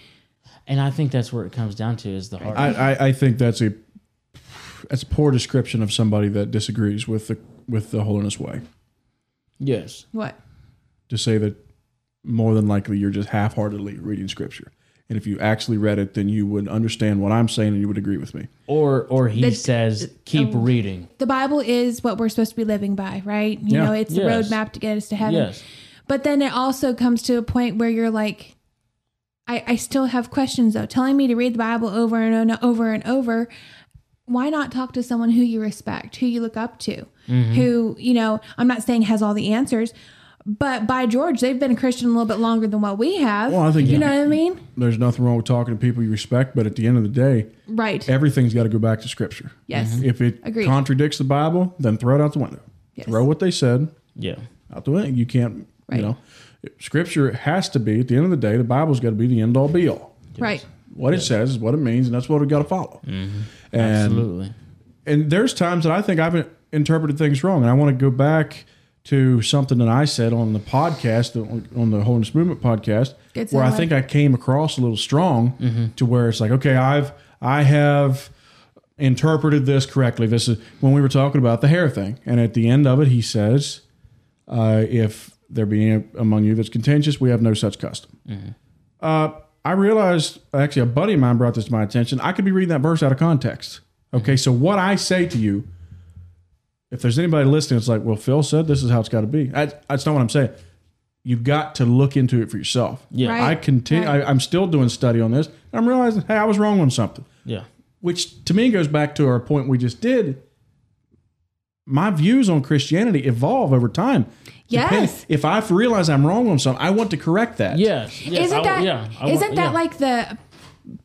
and I think that's where it comes down to is the heart. I, I, I think that's a that's a poor description of somebody that disagrees with the with the holiness way. yes. what? to say that more than likely you're just half heartedly reading scripture. And if you actually read it, then you would understand what I'm saying and you would agree with me. Or or he The- says keep reading. The Bible is what we're supposed to be living by, right? You Yeah. know, it's Yes. the roadmap to get us to heaven. Yes. But then it also comes to a point where you're like, I, I still have questions though. Telling me to read the Bible over and on- over and over. Why not talk to someone who you respect, who you look up to, Mm-hmm. who, you know, I'm not saying has all the answers, but by George, they've been a Christian a little bit longer than what we have. Well, I think you you- know what I mean? There's nothing wrong with talking to people you respect, but at the end of the day, Right. everything's got to go back to scripture. Yes. If it Agreed. contradicts the Bible, then throw it out the window. Yes. Throw what they said Yeah. out the window. You can't, Right. you know, scripture has to be, at the end of the day, the Bible's got to be the end all be all. Right. What it says is what it means, and that's what we got to follow. And Absolutely. and there's times that I think I've interpreted things wrong, and I want to go back to something that I said on the podcast, on- on the Holiness Movement podcast, Good where I segue. think I came across a little strong to where it's like, okay, I've I have interpreted this correctly. This is when we were talking about the hair thing, and at the end of it, he says, uh, "If there be any among you that's contentious, we have no such custom." I realized actually a buddy of mine brought this to my attention. I could be reading that verse out of context. Okay, so what I say to you, if there's anybody listening, it's like, well, Phil said this is how it's got to be. I, that's not what I'm saying. You've got to look into it for yourself. Yeah. Right. I continue. I, I'm still doing study on this. And I'm realizing, hey, I was wrong on something, Yeah. which to me goes back to our point we just did. My views on Christianity evolve over time. Depending- Yes. If I realize I'm wrong on something, I want to correct that. Yes. yes, isn't I- that yeah, I not want- that yeah. like the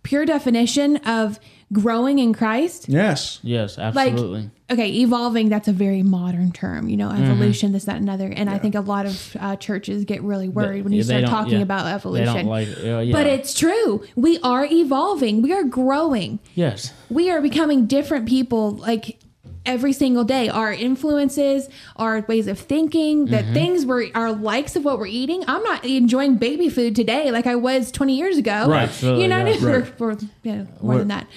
pure definition of growing in Christ? Yes. Yes, like absolutely. Mm-hmm. okay evolving that's a very modern term you know evolution this that and another and i think a lot of uh, churches get really worried when you They start don't- talking yeah. about They evolution don't like it. Yeah, yeah. but it's true we are evolving we are growing yes. we are becoming different people like every single day our influences our ways of thinking the Mm-hmm. things we're our likes of what we're eating i'm not enjoying baby food today like i was 20 years ago Right. you know Absolutely, what I mean? yeah. We're- Right. we're, you know, more than that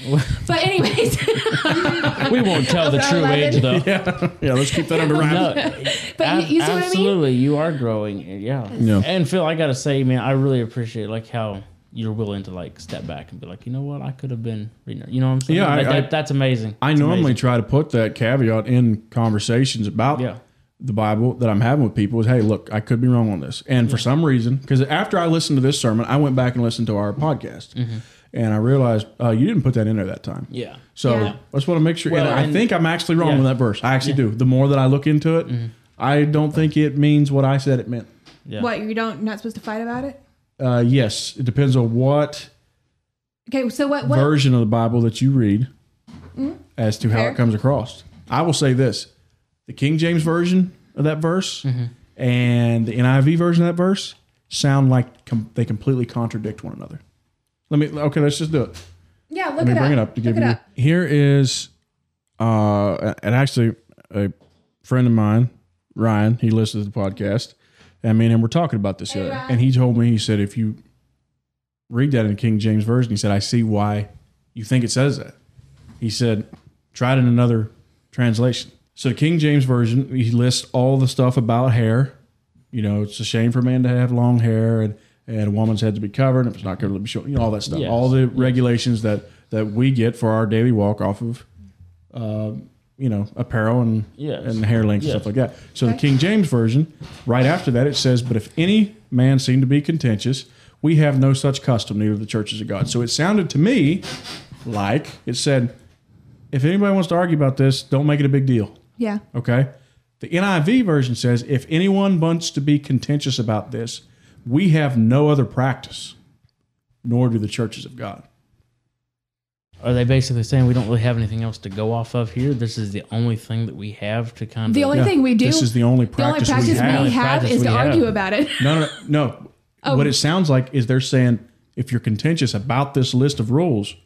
but anyways We won't tell the About true 11. age though. Yeah, let's keep that under wraps. No, but you, you see what i mean absolutely, you are growing. Yeah. Yeah. And Phil, I gotta say, man, I really appreciate like how you're willing to like step back and be like, you know what, I could have been reading. You know what I'm saying? Yeah, I- Like, that, I- that's amazing. I It's normally amazing. try to put that caveat in conversations about Yeah. the Bible that I'm having with people is, hey, look, I could be wrong on this. And for some reason, because after I listened to this sermon, I went back and listened to our podcast. And I realized uh, you didn't put that in there that time. Mm-hmm. Yeah. So Yeah. I just want to make sure. and Well, I and- think I'm actually wrong Yeah. Mm-hmm. on that verse. I actually do. The more that I look into it, I don't think it means what I said it meant. Yeah. What you don't you're not supposed to fight about it? Uh, yes, it depends on what, Okay, so what what Mm-hmm. version of the Bible that you read as to how Fair. it comes across. I will say this the King James version of that verse Mm-hmm. and the NIV version of that verse sound like com- they completely contradict one another. Let me, okay, let's just do it. Yeah, look Let me it bring it up. up to give look you. it up. Here is, uh, and actually, a friend of mine, Ryan, he listens to the podcast, and me and him were talking about this the other, Ryan. and he told me he said if you read that in the King James version, he said I see why you think it says that. He said try it in another translation. So the King James version, he lists all the stuff about hair. You know, it's a shame for a man to have long hair, and and a woman's head to be covered, and it's not going to be short. You know, all that stuff, Yes. all the regulations that that we get for our daily walk off of uh, you know, apparel and Yes. and hair length and Yes. stuff like that. So the King James version, right after that, it says, "But if any man seem to be contentious, we have no such custom, neither the churches of God." So it sounded to me like it said, "If anybody wants to argue about this, don't make it a big deal." Yeah. Okay. The NIV version says, "If anyone wants to be contentious about this, we have no other practice, nor do the churches of God." Are they basically saying we don't really have anything else to go off of here? This is the only thing that we have to kind of. The only Yeah. thing we do This is the only the only practice, practice we have, have. Practice is we to have. argue about it. No, no, no. Oh. What it sounds like is they're saying if you're contentious about this list of rules,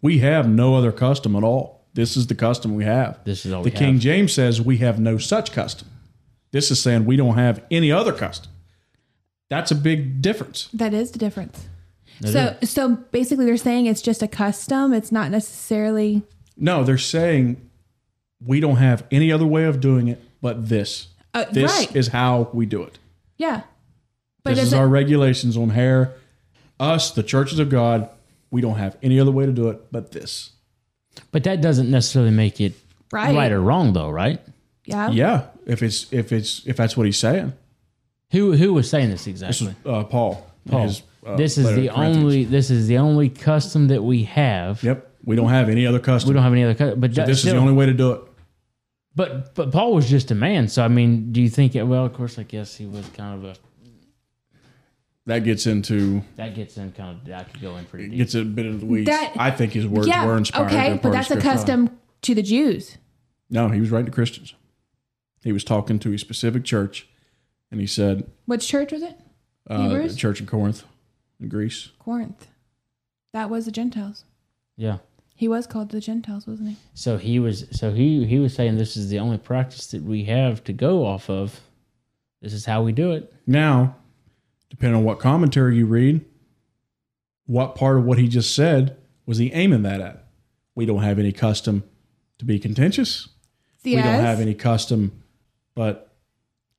we have no other custom at all. This is the custom we have. This is all the we King have. James says we have no such custom. This is saying we don't have any other custom. That's a big difference. That is the difference. so so basically they're saying it's just a custom. It's not necessarily No, they're saying we don't have any other way of doing it but this. uh, This right. is how we do it. yeah. But this does is our regulations on hair. Us, the churches of God, we don't have any other way to do it but this. But that doesn't necessarily make it right. right or wrong, though, right? yeah. Yeah, if it's if it's if that's what he's saying. Who who was saying this This exactly? is uh, Paul. in Paul. his, uh, this is letter to the Corinthians. only. This is the only custom that we have. Yep, we don't have any other We custom. don't have any other. cu- But that- this is still- the only way to do it. But but Paul was just a man. So I mean, do you think? It, well, of course, I guess he was kind of a. That gets into That gets in kind of. That could go in pretty deep. gets a bit into the weeds. That- I think his words Yeah. were inspired. by Okay, but part of that's a Scripture. custom to the Jews. No, he was writing to Christians. He was talking to a specific church, and he said, Which church was it? uh, the Hebrews? "Church in Corinth, in Greece." Corinth. That was the Gentiles. Yeah. He was called the Gentiles, wasn't he? So he was. So he he was saying this is the only practice that we have to go off of. This is how we do it. Now, depending on what commentary you read, what part of what he just said was he aiming that at? We don't have any custom to be contentious. Yes. We don't have any custom, but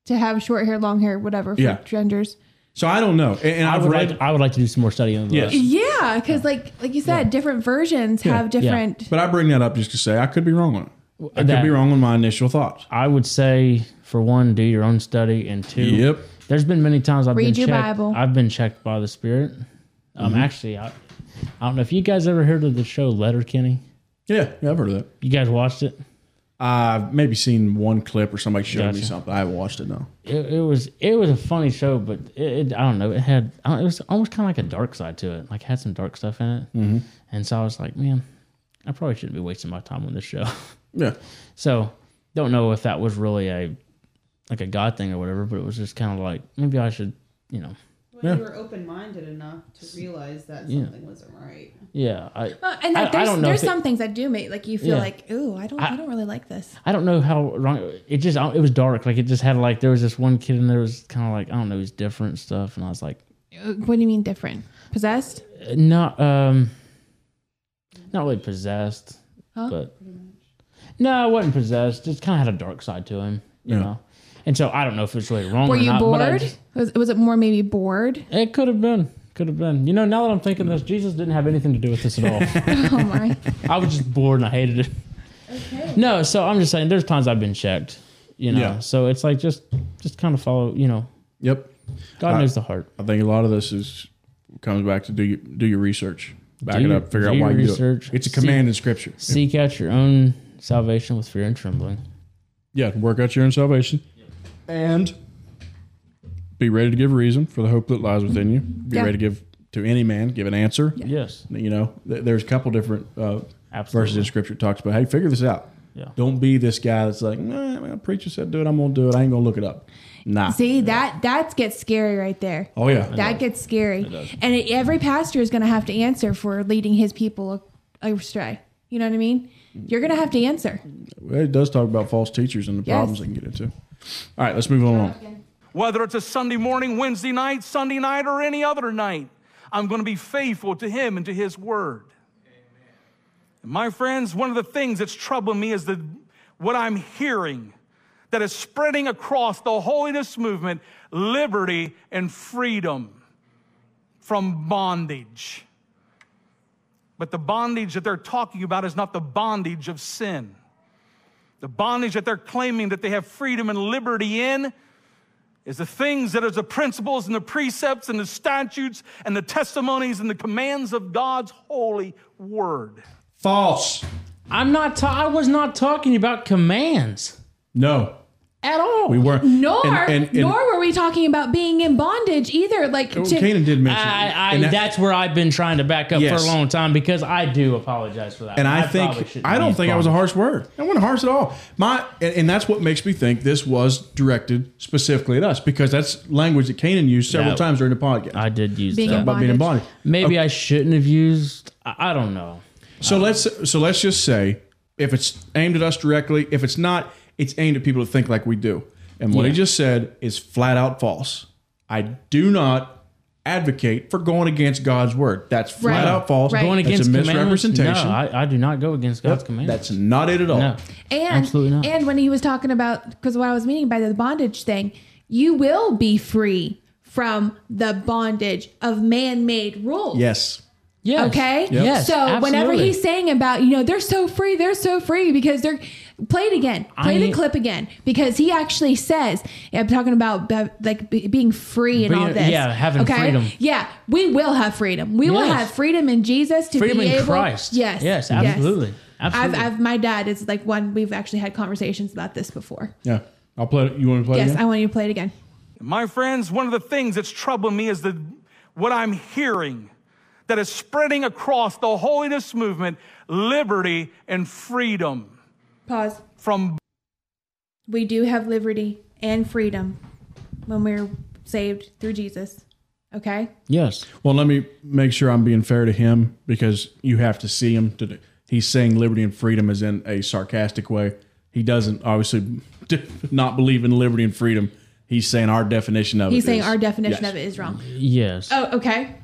to have short hair, long hair, whatever for Yeah. genders. so I don't know. And, and I I've would read, like. I would like to do some more study on the Yes. Yeah, because like like you said, different versions have different. but I bring that up just to say I could be wrong on it. I could that- be wrong on my initial thoughts. I would say for one, do your own study, and two, Yep. There's been many times I've Read been your checked. Bible. I've been checked by the Spirit. Um, actually, I, I don't know if you guys ever heard of the show Letterkenny. Yeah, yeah, I've heard of that. You guys watched it? I've maybe seen one clip or somebody showed me Gotcha. something. I haven't watched it now. It, it was it was a funny show, but it, it I don't know. It had I don't- it was almost kind of like a dark side to it. Like had some dark stuff in it, mm-hmm. and so I was like, man, I probably shouldn't be wasting my time on this show. Yeah, So don't know if that was really a like a God thing or whatever, but it was just kind of like maybe I should, you know, Well, you were open minded enough to realize that something wasn't right. yeah. I Well, and I- like, I there's don't know there's if it- some things that do make like you feel Yeah. like, ooh, I don't I, don't really like this. I don't know how wrong it just it was dark. Like it just had like there was this one kid and there was kind of like I don't know his different stuff, and I was like, Uh, What do you mean different? Possessed? eh, not um, not really possessed, Huh? but no, I wasn't possessed. Just kind of had a dark side to him, you Yeah. know. And so I don't know if it's really wrong Were or you not. But I bored? just- Was was it more maybe bored? it could have been. Could have been. You know, now that I'm thinking this, Jesus didn't have anything to do with this at all. Oh my! I was just bored and I hated it. No, so I'm just saying there's times I've been checked, you know. Yeah. So it's like just just kind of follow, you know, yep. God Uh, knows the heart. I think a lot of this is comes back to do you, do your research, back Do it your- up, figure do out your why you do research. it. It's a See- command in Scripture. Seek out your own salvation with fear and trembling. Yeah, work out your own salvation. And be ready to give reason for the hope that lies within you. Be Yeah. ready to give to any man, give an answer. Yes. You know, th- there's a couple different uh, Absolutely. verses in scripture that talks about, hey, figure this out. Yeah. Don't be this guy that's like, nah, well, preacher said do it, I'm going to do it. I ain't going to look it up. Nah. See that that gets scary right there. oh, yeah. that gets scary, and it, every pastor is going to have to answer for leading his people astray. You know what I mean? You're going to have to answer. It does talk about false teachers and the Yes. problems they can get into. All right, let's move on. Whether it's a Sunday morning, Wednesday night, Sunday night, or any other night, I'm going to be faithful to Him and to His Word. And my friends, one of the things that's troubling me is the, what I'm hearing that is spreading across the holiness movement liberty and freedom from bondage. But the bondage that they're talking about is not the bondage of sin. The bondage that they're claiming that they have freedom and liberty in is the things that is the principles and the precepts and the statutes and the testimonies and the commands of God's holy word. False. I'm not. Ta- I was not talking about commands No, at all. we weren't. Nor And- and- and- nor were we talking about being in bondage either. Like Well, to- Kanan did mention, I, I, and that's where I've been trying to back up Yes. for a long time because I do apologize for that. and one. I, probably think shouldn't I don't use think that was a bondage. harsh word. That wasn't harsh at all. My and, and that's what makes me think this was directed specifically at us because that's language that Kanan used several Yeah. times during the podcast I did use Being that. a about being in bondage. Maybe I shouldn't have used. I, I don't know. So let's so let's just say if it's aimed at us directly, if it's not, it's aimed at people who think like we do. And what he Yeah. just said is flat out false. I do not advocate for going against God's word. That's flat Right. out false. Right. Going That's against a commandments? misrepresentation. No, I, I do not go against God's commandments. That's not it at all. No. And Absolutely not. and when he was talking about because what I was meaning by the bondage thing, you will be free from the bondage of man-made rules. Yes. Yes. Okay. Yes. So whenever absolutely. he's saying about you know they're so free, they're so free because they're play it again, play I- the clip again because he actually says I'm talking about be- like be- being free and Being- all this. yeah, having freedom. Yeah, we will have freedom. We will Yes. have freedom in Jesus to freedom be in able. Christ. Yes. Yes. Absolutely. I've, Absolutely. I've, my dad is like one. We've actually had conversations about this before. Yeah. I'll play it. You want to play Yes, it? I want you to play it again. My friends, one of the things that's troubling me is the, what I'm hearing that is spreading across the holiness movement liberty and freedom Pause. from We do have liberty and freedom when we're saved through Jesus. Okay. yes. Well, let me make sure I'm being fair to him because you have to see him to. Do, he's saying liberty and freedom is in a sarcastic way. He doesn't obviously not believe in liberty and freedom. He's saying our definition of it. He's saying is- our definition Yes. of it is wrong. Yes. Oh, okay.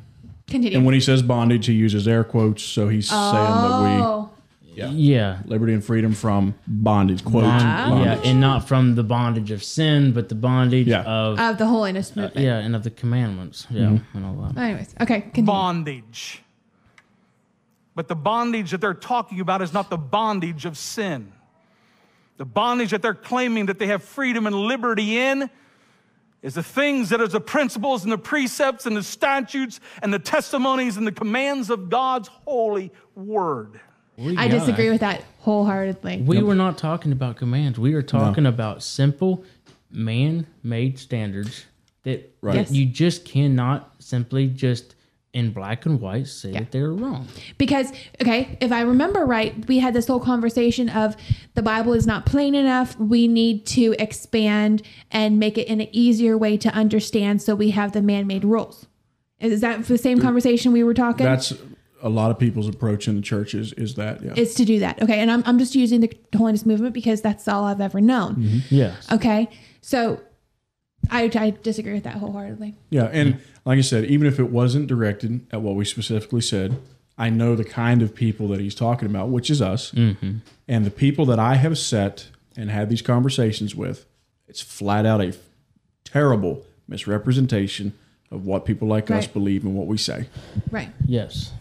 Continue. And when he says bondage, he uses air quotes, so he's saying that oh, yeah. we liberty and freedom from bondage. Quote. Yeah, bondage. and not from the bondage of sin, but the bondage Yeah. of of the Uh, holiness movement. yeah, and of the commandments. Yeah, Mm-hmm. and all that. Anyways, okay. Continue. bondage. But the bondage that they're talking about is not the bondage of sin. The bondage that they're claiming that they have freedom and liberty in is the things that is the principles and the precepts and the statutes and the testimonies and the commands of God's holy word. Oh I disagree with that wholeheartedly. We were not talking about commands. We were talking about simple man-made standards that, Right. that you just cannot simply just in black and white say Yeah. that they're wrong. because okay if i remember right we had this whole conversation of the bible is not plain enough we need to expand and make it in an easier way to understand so we have the man-made rules is that the same conversation we were talking That's a lot of people's approach in the churches. Is that yeah? is to do that okay and I'm, I'm just using the holiness movement because that's all i've ever known Yes. okay so I, I disagree with that wholeheartedly Yeah, and like I said, even if it wasn't directed at what we specifically said, I know the kind of people that he's talking about, which is us, and the people that I have set and had these conversations with. It's flat out a f- terrible misrepresentation of what people like us Right. believe and what we say. right Yes.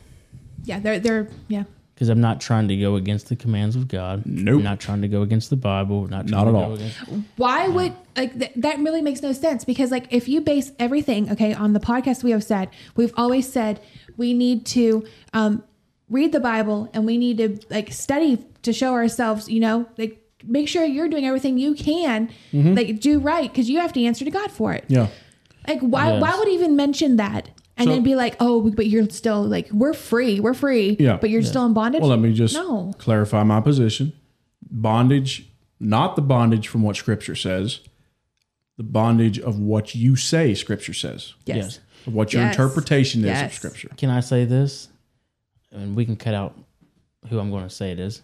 yeah they're they're yeah Because I'm not trying to go against the commands of God. Nope. I'm not trying to go against the Bible. Not, trying Not to at go all. Against, why would like th- that really makes no sense because like if you base everything okay on the podcast we have said we've always said we need to um read the bible and we need to like study to show ourselves you know like make sure you're doing everything you can, Mm-hmm. like do right, because you have to answer to God for it. Yeah. Like why Yes. why would he even mention that? And So- then be like, oh, but you're still like we're free, we're free. Yeah. But you're still in bondage. Well, let me just no. clarify my position. Bondage, not the bondage from what Scripture says, the bondage of what you say Scripture says, Yes. Yes. of what your Yes. interpretation is of Yes. Scripture. Can I say this? And we can cut out who I'm going to say it is.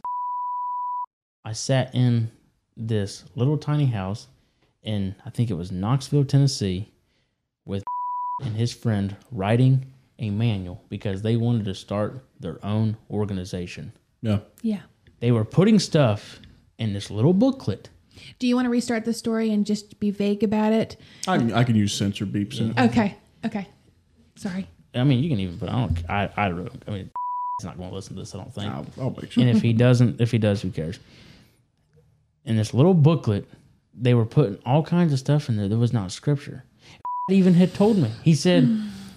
I sat in this little tiny house in, I think it was Knoxville, Tennessee, with and his friend writing a manual because they wanted to start their own organization. Yeah. Yeah. They were putting stuff in this little booklet. Do you want to restart the story and just be vague about it? I, can- I can use censor beeps. In it. Okay. Okay. Sorry. I mean, you can even put, I don't, I, I, really- I mean, he's not going to listen to this, I don't think. I'll, I'll make sure. and if he doesn't, if he does, who cares? In this little booklet, they were putting all kinds of stuff in there that was not scripture. Even had told me. He said,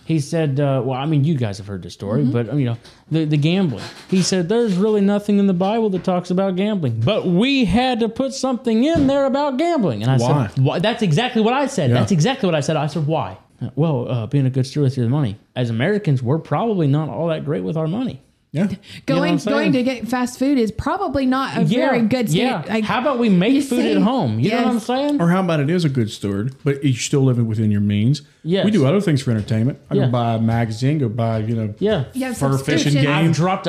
he said, uh, well, I mean, you guys have heard the story, but um, you know, the, the gambling. He said, there's really nothing in the Bible that talks about gambling, but we had to put something in there about gambling. And I Why? said, why? That's exactly what I said. Yeah. That's exactly what I said. I said, why? Well, uh, being a good steward with your money. As Americans, we're probably not all that great with our money. Yeah. know what Going I'm saying? going to get fast food is probably not a very good Yeah. stand- like- How about we make you food see? at home? You know what I'm Yes. saying? Or how about it is a good steward, but you're still living within your means. Yes. We do other things for entertainment. I Yeah. go buy a magazine, go buy, you know, yeah. You have fur fishing subscriptions. game. I've dropped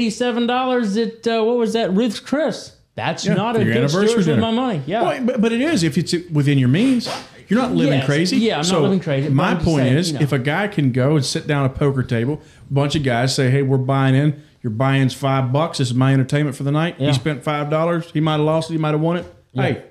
$187 at, uh, what was that, Ruth's Chris. That's Yeah, not a for your good anniversary steward with dinner. my money. Yeah. Well, but, but it is if it's within your means. You're not living Yes. crazy. Yeah, I'm not So living crazy, but My I'm just point saying, is, you know. if a guy can go and sit down at a poker table, a bunch of guys say, "Hey, we're buying in. Your buy-in's five bucks. This is my entertainment for the night. Yeah. He spent five dollars. He might have lost it. He might have won it. Hey, that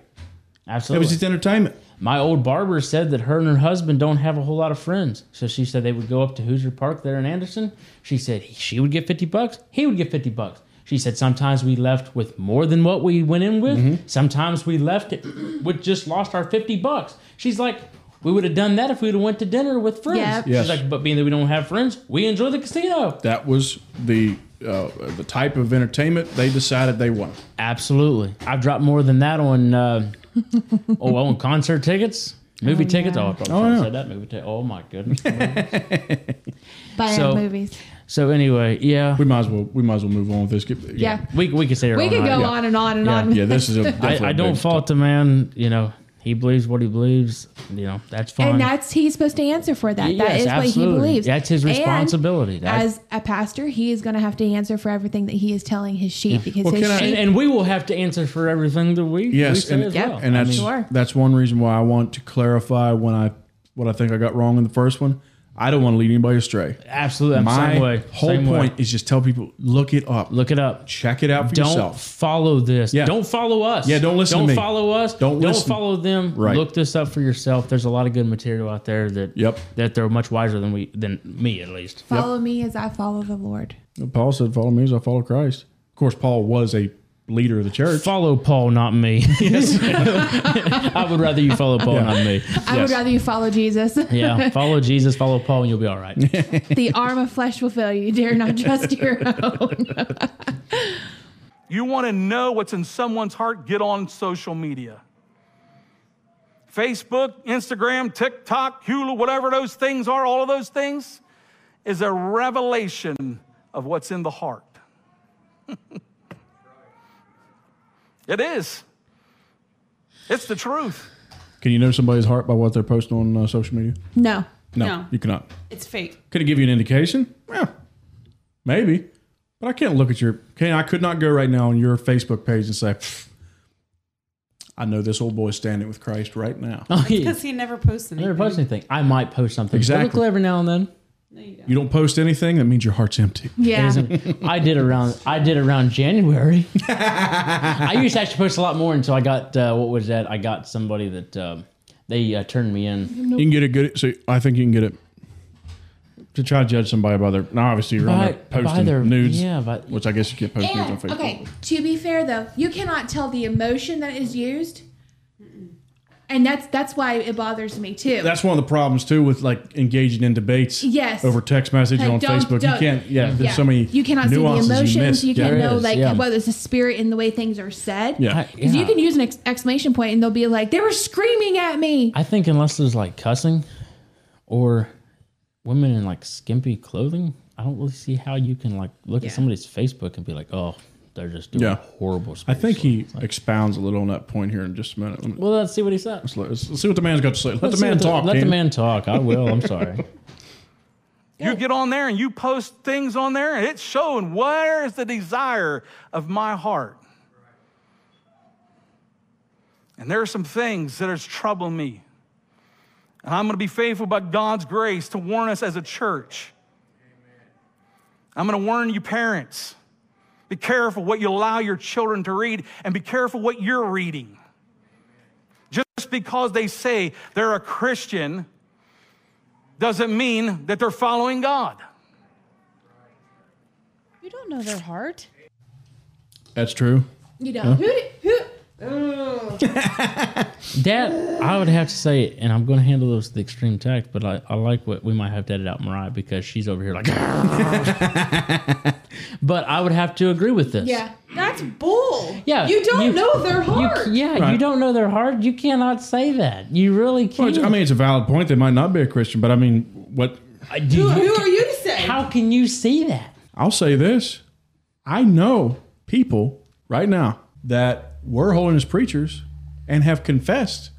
Absolutely. was his entertainment. my old barber said that her and her husband don't have a whole lot of friends. So she said they would go up to Hoosier Park there in Anderson. She said he- she would get 50 bucks, he would get 50 bucks. She said sometimes we left with more than what we went in with. Sometimes we left it with just lost our 50 bucks. She's like we would have done that if we would have went to dinner with friends. Yep. Yes. She's like, but being that we don't have friends, we enjoy the casino. That was the uh, the type of entertainment they decided they wanted. Absolutely, I've dropped more than that on uh, oh on concert tickets, movie tickets. Oh, I probably shouldn't have said that movie ticket. Oh my goodness. Buying So- movies. So anyway, yeah, We might as well we might as well move on with this. Get- Yeah. we we could say We could go on and on and Yeah. on. yeah. This is a. definitely I, I a don't big- fault the man. You know, he believes what he believes. You know, that's fine. And that's he's supposed to answer for that. Y- that yes, is absolutely. what he believes. That's his And responsibility. That- as a pastor, he is going to have to answer for everything that he is telling his sheep because Well, his can I- and, sheep. and we will have to answer for everything that we we Yes, say and, as well. and that's Sure. that's one reason why I want to clarify when I what I think I got wrong in the first one. I don't want to lead anybody astray. absolutely I'm My same way. whole same way. point is just tell people look it up, Look it up. check it out for Don't yourself. follow this. Yeah. Don't follow us. Yeah, don't listen to Don't me. follow us. Don't listen. follow them. Right. Look this up for yourself. There's a lot of good material out there that Yep. that they're much wiser than we than me at least. Follow me as I follow the Lord. Paul said, "Follow me as I follow Christ." Of course, Paul was a leader of the church. Follow Paul, not me. I would rather you follow Paul, not me. I would rather you follow Jesus. Yeah, follow Jesus, follow Paul, and you'll be all right. the arm of flesh will fail you. You dare not trust your own. You want to know what's in someone's heart? Get on social media. Facebook, Instagram, TikTok, Hulu, whatever those things are, all of those things is a revelation of what's in the heart. it is. It's the truth. Can you know somebody's heart by what they're posting on uh, social media? No. No. you cannot. It's fake. Could it give you an indication? Yeah, maybe. But I can't look at your. Can I could not go right now on your Facebook page and say, "Pfft, "I know this old boy's standing with Christ right now." Because he never posts anything. Never post anything. I might post something Exactly. publicly every now and then. No, you don't. You don't post anything, that means your heart's empty. Yeah. I did around. I did around January. I used to actually post a lot more until I got uh, what was that? I got somebody that um, they uh, turned me in. You can get it good. So I think you can get it to try to judge somebody by their. Now, obviously, you're on By- there posting by their- nudes. yeah, but- which I guess you can't post And, nudes on Facebook. okay, to be fair though, you cannot tell the emotion that is used. and that's that's why it bothers me too. That's one of the problems too with like engaging in debates. Yes. Over text message Like, and on don't- Facebook, you don't- can't. Yeah, there's so many. You cannot see the nuances emotions. You, miss. Yeah. can't There know is, like yeah. whether it's the spirit in the way things are said. Yeah. I- Because yeah. you can use an ex- exclamation point and they'll be like, "They were screaming at me." I think unless there's like cussing or women in like skimpy clothing, I don't really see how you can like look Yeah. at somebody's Facebook and be like, oh, they're just doing Yeah. horrible I think he expounds a little on that point here in just a minute. Let me- Well, let's see what he says. Let's, let's see what the man's got to say. Let Let's the see man what talk. Let the Ken. man talk. I will. I'm sorry. You get on there and you post things on there, and it's showing where is the desire of my heart. And there are some things that is troubling me. And I'm going to be faithful by God's grace to warn us as a church. I'm going to warn you, parents. Be careful what you allow your children to read, and be careful what you're reading. Just because they say they're a Christian, doesn't mean that they're following God. You don't know their heart. That's true. You know, who, who, That I would have to say, and I'm going to handle those with the extreme tact, but I, I like what we might have to edit out Mariah because she's over here like. but I would have to agree with this. yeah. That's bull. Yeah, You don't you- know their You, heart. yeah, you Right. don't know their heart. You cannot say that. You really Well, can't. it's- I mean, it's a valid point. They might not be a Christian, but I mean, what I- do Who, you- who are you to say? how can you see that? I'll say this: I know people right now that were holiness preachers and have confessed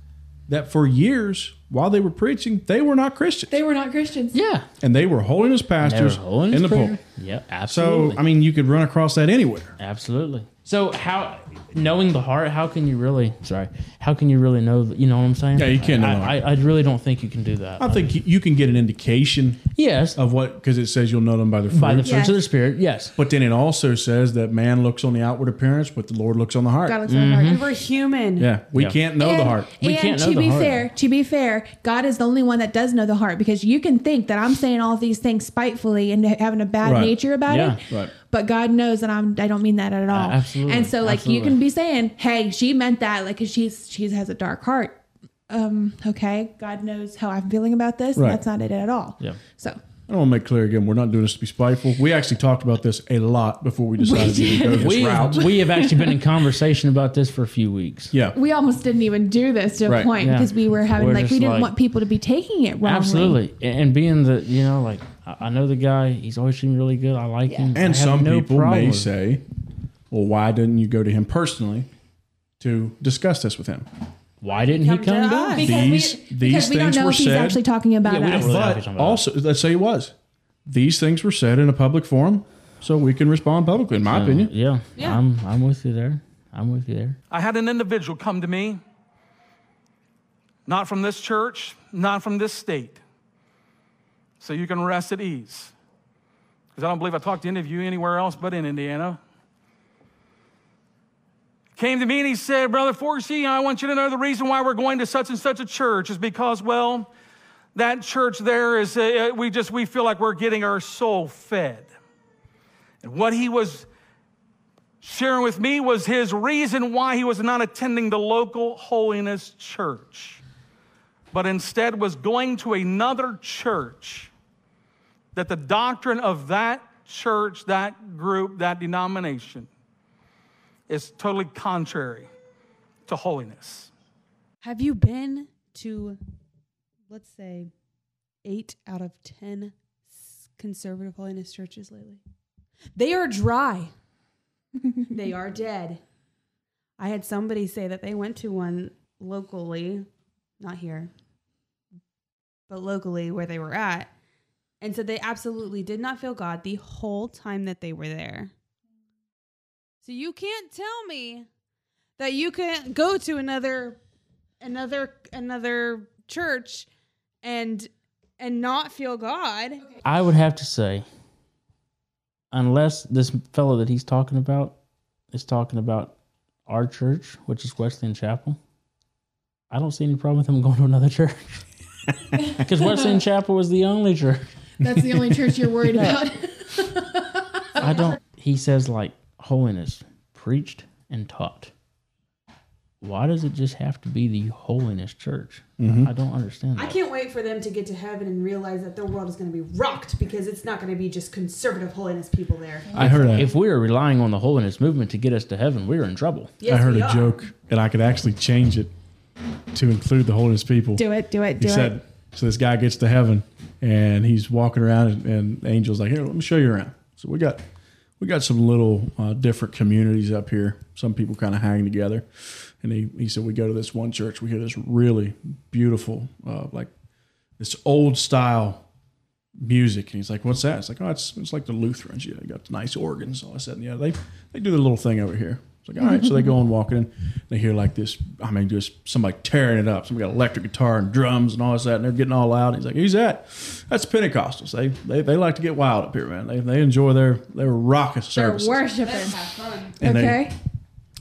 that for years while they were preaching, they were not Christians, They were not Christians. Yeah, and they were holiness pastors in the pulpit. Yep, So absolutely. I mean, you could run across that anywhere. Absolutely. So how knowing the heart, how can you really? Sorry, how can you really know? You know what I'm saying? Yeah, you can't know the I, I, I really don't think you can do that. I think you- you can get an indication yes, of what because it says you'll know them by their fruit. by the fruits Yes. of the spirit. Yes. but then it also says that man looks on the outward appearance, but the Lord looks on the heart. God looks on the heart. And we're human. Yeah, we Yeah. can't know the And- heart. We and can't know to the be heart. fair, to be fair, God is the only one that does know the heart because you can think that I'm saying all these things spitefully and having a bad Right. nature about Yeah. Uh, it. Right. But God knows that I'm I don't mean that at all. absolutely. And so like you Absolutely. can be saying, "Hey, she meant that like cause she's she has a dark heart." Um, okay, God knows how I'm feeling about this. Right. And that's not it at all. Yeah. So I want to make clear again, we're not doing this to be spiteful. We actually talked about this a lot before we decided to go this We, route. we have actually been in conversation about this for a few weeks. Yeah. we almost didn't even do this to a Right. point Yeah. because we were having We're like we just didn't like- want people to be taking it wrongly. Absolutely. And and being the, you know, like, I I know the guy, he's always seemed really good. I like him. and I have some no people problem may with- say, well, why didn't you go to him personally to discuss this with him? why didn't he Come to come us. back? Because These- we, these because we don't things know were if he's said. actually talking about we don't us. really- Well, But that's what I'm talking about. also, let's say he was. These things were said in a public forum, so we can respond publicly, in my opinion. Yeah. Yeah. I'm, I'm with you there. I'm with you there. I had an individual come to me, not from this church, not from this state. So you can rest at ease. Because I don't believe I talked to any of you anywhere else but in Indiana. Came to me and he said, Brother Forsey, I want you to know the reason why we're going to such and such a church is because, well, that church there is, uh, we just, we feel like we're getting our soul fed. And what he was sharing with me was his reason why he was not attending the local holiness church, but instead was going to another church that the doctrine of that church, that group, that denomination is totally contrary to holiness. Have you been to, let's say, eight out of 10 s- conservative holiness churches lately? They are dry, they are dead. I had somebody say that they went to one locally, not here, but locally where they were at, and said they absolutely did not feel God the whole time that they were there. So you can't tell me that you can go to another another another church and and not feel God. I would have to say, unless this fellow that he's talking about is talking about our church, which is Wesleyan Chapel, I don't see any problem with him going to another church. Because Wesleyan Chapel was the only church. That's the only church you're worried about. I don't. He says like holiness preached and taught. why does it just have to be the holiness church? I don't understand I that. can't wait for them to get to heaven and realize that their world is going to be rocked because it's not going to be just conservative holiness people there. I heard a, If we are relying on the holiness movement to get us to heaven, we're in trouble. Yes, I heard we a are. joke, and I could actually change it to include the holiness people. Do it, do it, He do said, it. so this guy gets to heaven, and he's walking around, and, and the angel's like, here, let me show you around. So we got we got some little uh, different communities up here. Some people kind of hang together, and he, he said we go to this one church. We hear this really beautiful, uh, like this old style music. And he's like, "What's that?" It's like, "Oh, it's it's like the Lutherans. You know, they got the nice organs, all that stuff." And yeah, they they do their little thing over here. It's like, all right, so they go and walk in. They hear like this. I mean, just somebody tearing it up. Somebody got electric guitar and drums and all this that, and they're getting all loud. And he's like, "Who's that?" That's Pentecostals. They they, they like to get wild up here, man. They, they enjoy their their raucous They're services. worshiping. And they- Okay.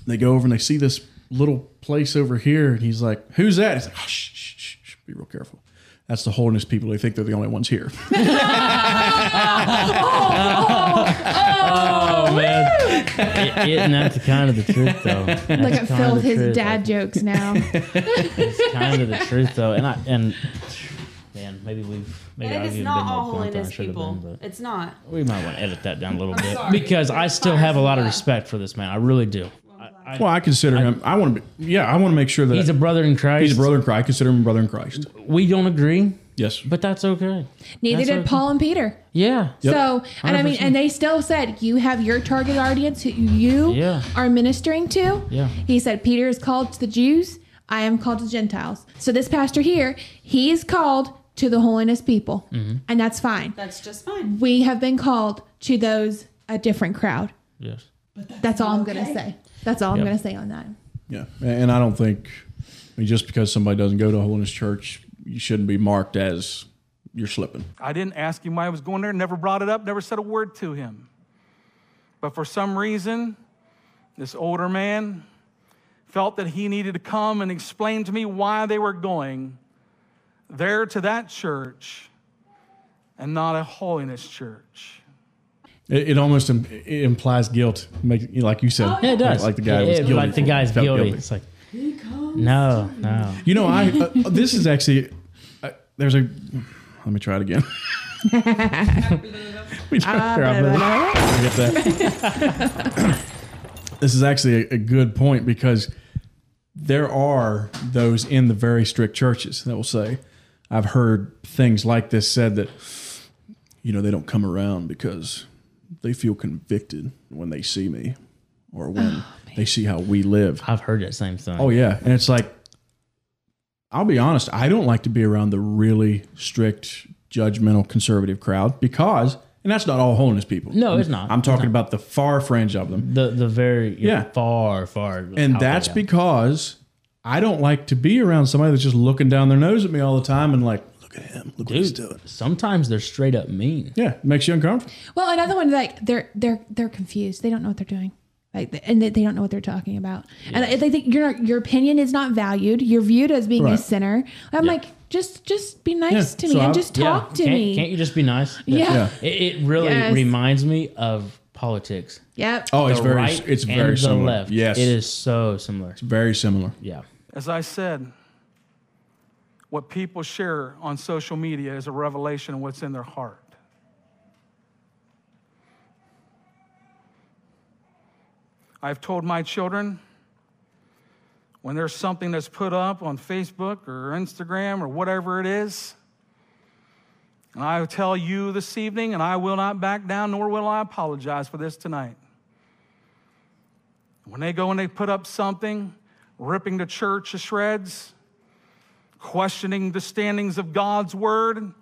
they go over and they see this little place over here, and he's like, "Who's that?" He's like, oh, shh, shh, shh, shh, "Be real careful." That's the holiness people. They think they're the only ones here. Oh man, I- isn't that the kind of the truth though? That's Look at kind of Phil the with his truth. dad jokes now. It's kind of the truth though, and I and man, maybe we've maybe And I've it is even not been all more blunt than I holiness should have people. been, but- It's not. We might want to edit that down a little bit sorry. because I still fires have a lot of and respect for this man. I really do. Well, I consider him. I want to be. Yeah, I want to make sure that He's a brother in Christ. he's a brother in Christ. I consider him a brother in Christ. We don't agree, Yes, but that's okay. Neither That's did okay. Paul and Peter. Yeah. So, and I mean, 100%. and they still said, you have your target audience who you Yeah. are ministering to. Yeah. He said, Peter is called to the Jews, I am called to Gentiles. So, this pastor here, he is called to the holiness people, Mm-hmm. and that's fine. That's just fine. We have been called to those, a different crowd. Yes. That's all I'm going to say. That's all I'm going to say on that. yeah, and and I don't think. I mean, just because somebody doesn't go to a holiness church, you shouldn't be marked as you're slipping. I didn't ask him why I was going there, never brought it up, never said a word to him. But for some reason, this older man felt that he needed to come and explain to me why they were going there to that church and not a holiness church. It, it almost im- it implies guilt, make, you know, like you said. Yeah, it does. Like the guy It- was it- guilty Like the for- guy's felt guilty. guilty. It's like, no, no. You know, I uh, this is actually uh, there's a. Let me try it again. We don't- here, I'll- forget that. this is actually a, a good point because there are those in the very strict churches that will say, I've heard things like this said that, you know, they don't come around because they feel convicted when they see me or when they see how we live. I've heard that same thing. Oh yeah, and it's like, I'll be honest, I don't like to be around the really strict, judgmental, conservative crowd because, and that's not all holiness people. No, it's not. I'm talking about the far fringe of them, The the very Yeah. yeah far far and out that's there. because I don't like to be around somebody that's just looking down their nose at me all the time and like, look at him, look what he's doing. sometimes they're straight up mean. Yeah, it makes you uncomfortable. Well, another one like they're they're they're confused. They don't know what they're doing. Like th- and they they don't know what they're talking about. And they think your your opinion is not valued. You're viewed as being a Right. sinner. I'm Yeah. like just just be nice Yeah. to me So and I- just talk yeah. to can't, me. Can't you just be nice? yeah. Yeah. It, it really Yes. reminds me of politics. Yep. Oh, it's the very, right it's and very the similar. left. Yes, it is so similar. very similar. Yeah, As I said, what people share on social media is a revelation of what's in their heart. I've told my children when there's something that's put up on Facebook or Instagram or whatever it is, and I tell you this evening, and I will not back down, nor will I apologize for this tonight. When they go and they put up something, ripping the church to shreds, questioning the standings of God's word,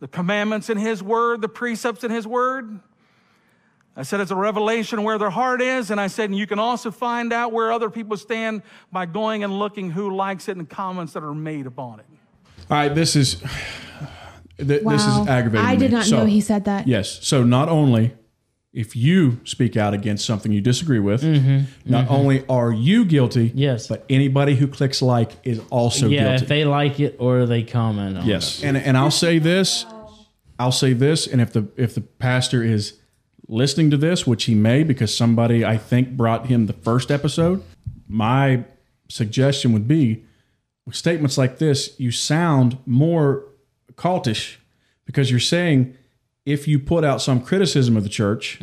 the commandments in His word, the precepts in His word. I said it's a revelation where their heart is, and I said, and you can also find out where other people stand by going and looking who likes it and comments that are made upon it. All right, this is th- this Wow. is aggravating. I to did me. not So- know he said that. Yes. So not only if you speak out against something you disagree with, not only are you guilty, Mm-hmm, Yes. but anybody who clicks like is also yeah. guilty. If they like it or they comment on yes. And and I'll say this, I'll say this, and if the if the pastor is listening to this, which he may because somebody I think brought him the first episode, my suggestion would be with statements like this, you sound more cultish because you're saying if you put out some criticism of the church,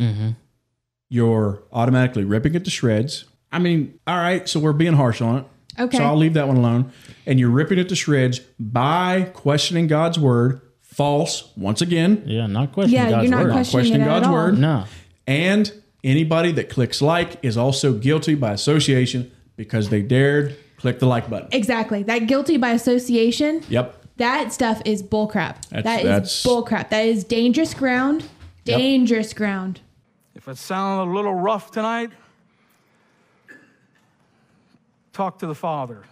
you're automatically ripping it to shreds. I mean, all right, so we're being harsh on it. Okay. So I'll leave that one alone. And you're ripping it to shreds by questioning God's word. False, once again. Yeah, not questioning Yeah, God's you're not word. questioning it at God's all. word. No. And anybody that clicks like is also guilty by association because they dared click the like button. Exactly. That guilty by association, Yep. that stuff is bullcrap. That's- That that's- is bullcrap. That is dangerous ground. Yep. Dangerous ground. If it sounded a little rough tonight, talk to the Father.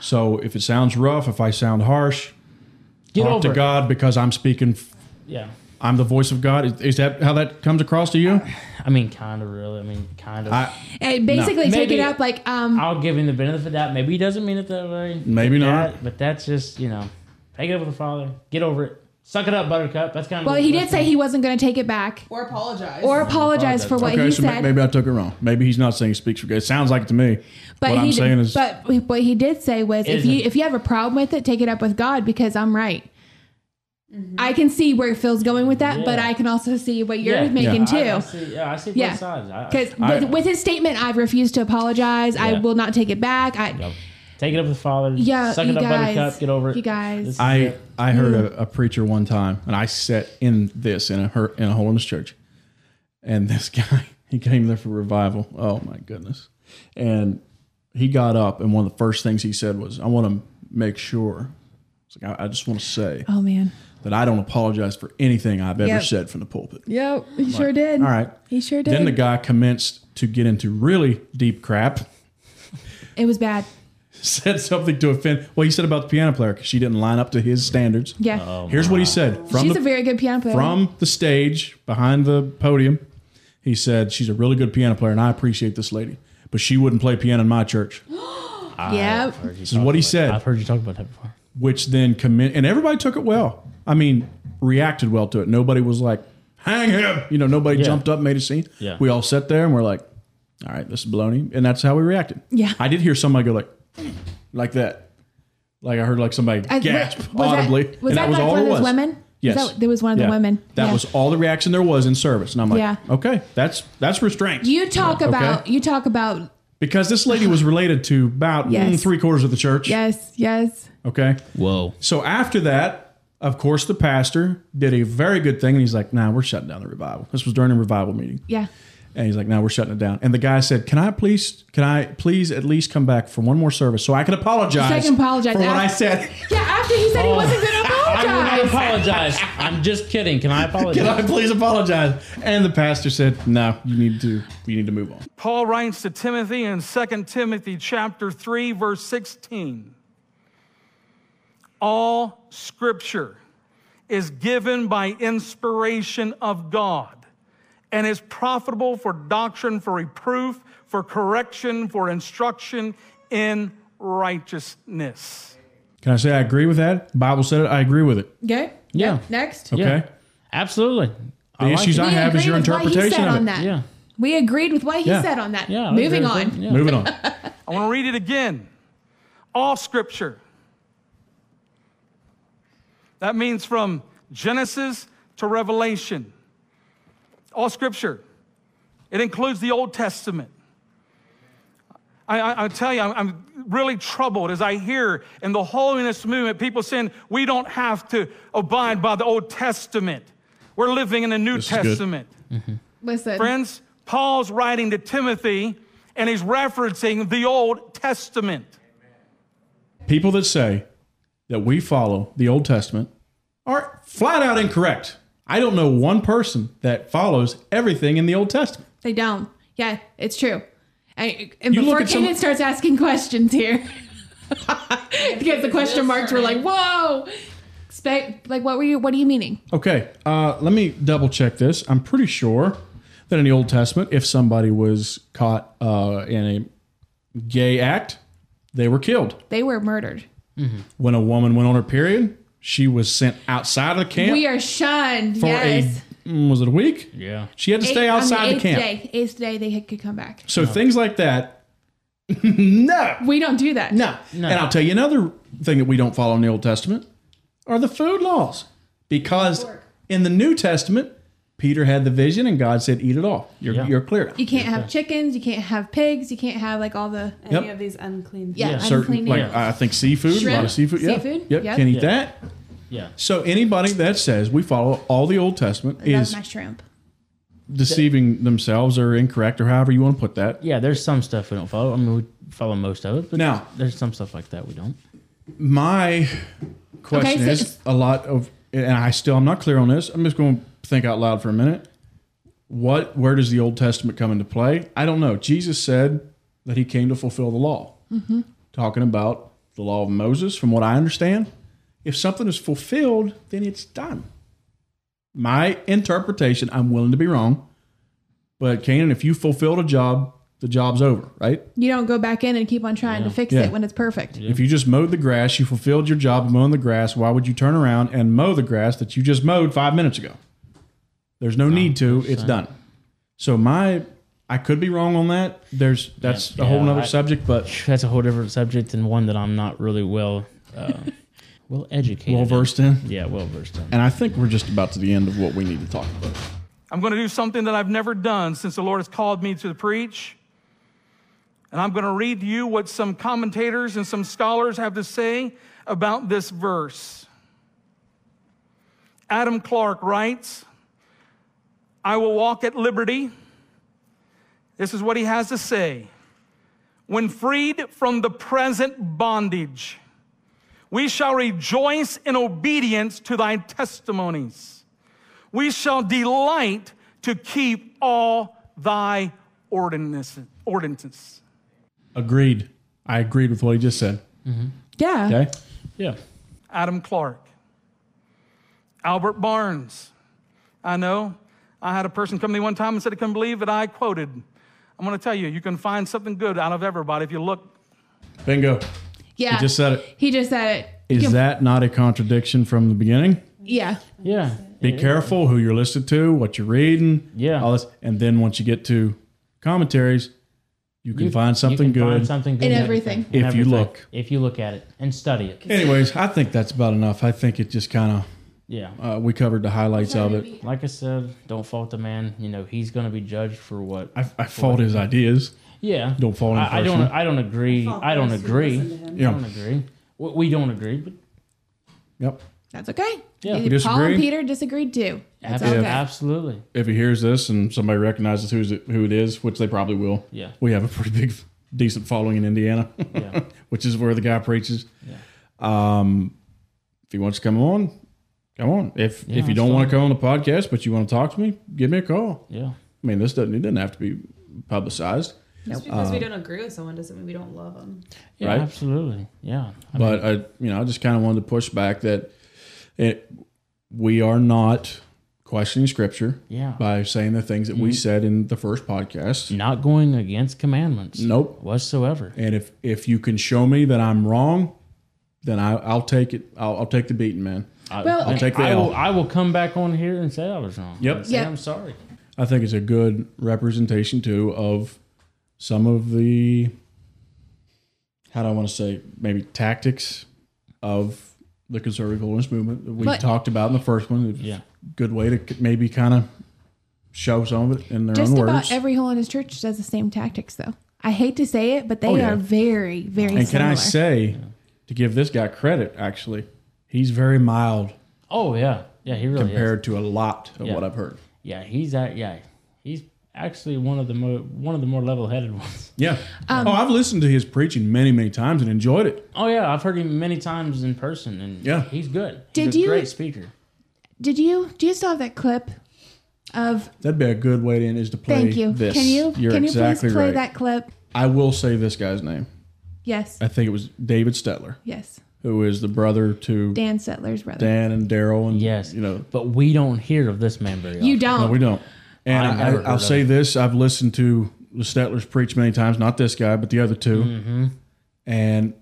So if it sounds rough, if I sound harsh, Get talk over to it. God because I'm speaking. f- Yeah. I'm the voice of God. Is, is that how that comes across to you? I mean, kind of really. I mean, kind of. I And basically take Maybe- it up like um I'll give him the benefit of the doubt. Maybe he doesn't mean it that way. Maybe But not. that- but that's just, you know, take it up with the father. Get over it. Suck it up, Buttercup. That's kind of. well, what- he did that's say kinda- he wasn't going to take it back Or apologize. or apologize for what okay, he so ma- said. maybe I took it wrong. Maybe he's not saying he speaks for God. It sounds like it to me. what but he I'm did, saying is, but what he did say was if Isn't- you if you have a problem with it, take it up with God because I'm right. Mm-hmm. I can see where Phil's going with that, but Yeah. I can also see what you're Yeah. making too. I, I see, yeah, I see Yeah. both sides. I- I- Because I- with, with his statement, I've refused to apologize. I Yeah. will not take it back. I Yep. Take it up with the father. Yeah, Suck you it up, guys. Buttercup. Get over it. You guys. This is I it. I heard Mm. a, a preacher one time, and I sat in this in a her in a hole in this church, and this guy he came there for revival. Oh my goodness! And he got up, and one of the first things he said was, "I want to make sure." It's like I, I just want to say oh man, that I don't apologize for anything I've ever Yep. said from the pulpit. yep, he sure did. All right. he sure did. Then the guy commenced to get into really deep crap. it was bad. Said something to offend. Well, he said about the piano player because she didn't line up to his standards. Yeah, Here's what he said from she's the a very good piano player. from the stage behind the podium. He said, She's a really good piano player, and I appreciate this lady, but she wouldn't play piano in my church. yep, This is what he I've said, heard you talk about that before. which then commit, and everybody took it well. I mean, reacted well to it. Nobody was like, Hang him. You know, nobody Yeah. jumped up, and made a scene. Yeah. We all sat there and we're like, All right, this is baloney. And that's how we reacted. Yeah. I did hear somebody go, like, like that. Like I heard like somebody I- gasp was that- audibly. was and that that was like all one it of those was. women? Was Yes, that- there was one of the Yeah. women. That Yeah. was all the reaction there was in service, and I'm like, Yeah. okay, that's that's restraint. You talk Okay. about you talk about because this lady was related to about mm, Yes. three quarters of the church. yes, yes. Okay, Whoa. so after that, of course, the pastor did a very good thing, and he's like, "Nah, we're shutting down the revival." This was during a revival meeting, Yeah. and he's like, "Nah, we're shutting it down." And the guy said, "Can I please, can I please at least come back for one more service so I can apologize? So I can apologize for what after- I said." Yeah, after he Oh. said he wasn't going to I apologize. would apologize. I'm just kidding. Can I apologize? Can I please apologize? And the pastor said, "No, you need to, you need to move on." Paul writes to Timothy in 2 Timothy chapter 3 verse 16. All scripture is given by inspiration of God and is profitable for doctrine, for reproof, for correction, for instruction in righteousness. Can I say I agree with that? Bible said it. I agree with it. Okay. Yeah. Next. Okay. Yeah. Absolutely. The issues We I have is agree your with what he interpretation said of on it. that. Yeah. We agreed with what he Yeah. said on that. Yeah. I would Uh, Moving agree with on. that. Yeah. Moving on. I want to read it again. All scripture. That means from Genesis to Revelation. All scripture. It includes the Old Testament. I, I, I tell you, I'm, I'm really troubled as I hear in the holiness movement people saying we don't have to abide by the Old Testament. We're living in the New This is good. Testament. Listen. Friends, Paul's writing to Timothy and he's referencing the Old Testament. People that say that we follow the Old Testament are flat out incorrect. I don't know one person that follows everything in the Old Testament. They don't. Yeah, it's true. And, and You look before at some- Kanan starts asking questions here, because the question marks were like, "Whoa, expect like what were you? What are you meaning?" Okay, uh, let me double check this. I'm pretty sure that in the Old Testament, if somebody was caught uh, in a gay act, they were killed. They were murdered. When a woman went on her period, she was sent outside of the camp We are shunned. for yes. a mm, was it a week? Yeah. She had to Eighth- stay on outside the eighth camp. Day, eighth day, they could come back. So things like that no. We don't do that. No. And I'll tell you another thing that we don't follow in the Old Testament are the food laws. Because in the New Testament, Peter had the vision and God said, eat it all. You're, Yeah. you're clear. You can't have chickens. You can't have pigs. You can't have like all the Any Yep. of these unclean yeah, Certain, unclean like, animals. I think seafood, a lot Shrimp, of seafood. Yeah. seafood, Yep. yep. Can't eat Yeah. that. Yeah. So anybody that says we follow all the Old Testament I love is my shrimp. deceiving themselves or incorrect or however you want to put that. Yeah, there's some stuff we don't follow. I mean, we follow most of it, but Now- there's some stuff like that we don't. My question Okay, so is it's- a lot of, and I still I'm not clear on this. I'm just going to think out loud for a minute. What where does the Old Testament come into play? I don't know. Jesus said that he came to fulfill the law, Mm-hmm. talking about the law of Moses. From what I understand, if something is fulfilled, then it's done. My interpretation. I'm willing to be wrong, but Canaan, if you fulfilled a job, the job's over, right? You don't go back in and keep on trying to fix Yeah. it when it's perfect. If you just mowed the grass, you fulfilled your job of mowing the grass. Why would you turn around and mow the grass that you just mowed five minutes ago? There's no need to. It's done. So my, I could be wrong on that. There's that's a whole yeah, nother I- subject, but That's a whole different subject and one that I'm not really well, uh, well educated. well in. versed in. Yeah, well versed in. And I think we're just about to the end of what we need to talk about. I'm going to do something that I've never done since the Lord has called me to preach. And I'm going to read to you what some commentators and some scholars have to say about this verse. Adam Clark writes, I will walk at liberty. This is what he has to say. When freed from the present bondage, we shall rejoice in obedience to thy testimonies we shall delight to keep all thy ordinances. ordinances. Agreed. I agreed with what he just said. Yeah. Okay. Yeah. Adam Clark, Albert Barnes. I know I had a person come to me one time and said, I couldn't believe that I quoted. I'm going to tell you, you can find something good out of everybody if you look. Bingo. Yeah. He just said it. He just said it. Is Yeah. that not a contradiction from the beginning? Yeah. Yeah. Be careful who you're listening to, what you're reading, Yeah. all this. And then once you get to commentaries, you can You- find something you can good. Find something good In in everything. in If you everything. look. If you look at it and study it. Anyways, I think that's about enough. I think it just kind Yeah. of uh, we covered the highlights of it. Like I said, don't fault the man. You know, he's going to be judged for what. I, I fault his ideas. yeah. Don't fault him I, I don't. personally. I don't agree. fault I don't those who agree. listen to him. I don't agree. We, we don't agree, but Yep. That's okay. Yeah. Paul We disagree. and Peter disagreed too. That's abso- okay. absolutely. If he hears this and somebody recognizes who's it, who it is, which they probably will, Yeah. we have a pretty big, decent following in Indiana, Yeah. which is where the guy preaches. Um, if he wants to come on, come on. If if Yeah, you that's don't want fine. to come on the podcast, but you want to talk to me, give me a call. Yeah. I mean, this doesn't it doesn't have to be publicized, Just because we don't agree with someone doesn't mean we don't love them. Yeah. Right? Absolutely. Yeah. I mean, but I, you know, I just kind of wanted to push back that it, we are not questioning Scripture yeah. Mm-hmm. by saying the things that we said in the first podcast. Not going against commandments. Nope. Whatsoever. And if if you can show me that I'm wrong, then I, I'll take it. I'll, I'll take the beating, man. I, Well, I- I'll take the I will, L. I will come back on here and say I was wrong. Yep. And say Yep. I'm sorry. I think it's a good representation too of some of the how do I want to say maybe tactics of the conservative holiness movement that we But- talked about in the first one. It was Yeah. a good way to maybe kind of show some of it in their Just own about words. every hole in his church does the same tactics though. I hate to say it, but they Oh, yeah. are very, very and can similar. I say to give this guy credit? Actually, he's very mild Oh yeah. Yeah. He really is. compared to a lot of Yeah. what I've heard. Yeah, he's at yeah, he's actually one of the more one of the more level headed ones. Yeah. Um, oh, I've listened to his preaching many, many times and enjoyed it. Oh yeah, I've heard him many times in person, and Yeah. he's good. He's Did a you- great speaker? Did you do you still have that clip of That'd be a good way to end is to play thank you. this. Can you You're can you exactly please play right. that clip? I will say this guy's name. Yes. I think it was David Stetler, yes. who is the brother to Dan, Dan Settler's brother. and Daryl, and Yes, you know, but we don't hear of this man very often. you don't. no, we don't. And I've I, never heard I, will of say this: I've listened to the Stetlers preach many times, not this guy, but the other 2 Mm-hmm. and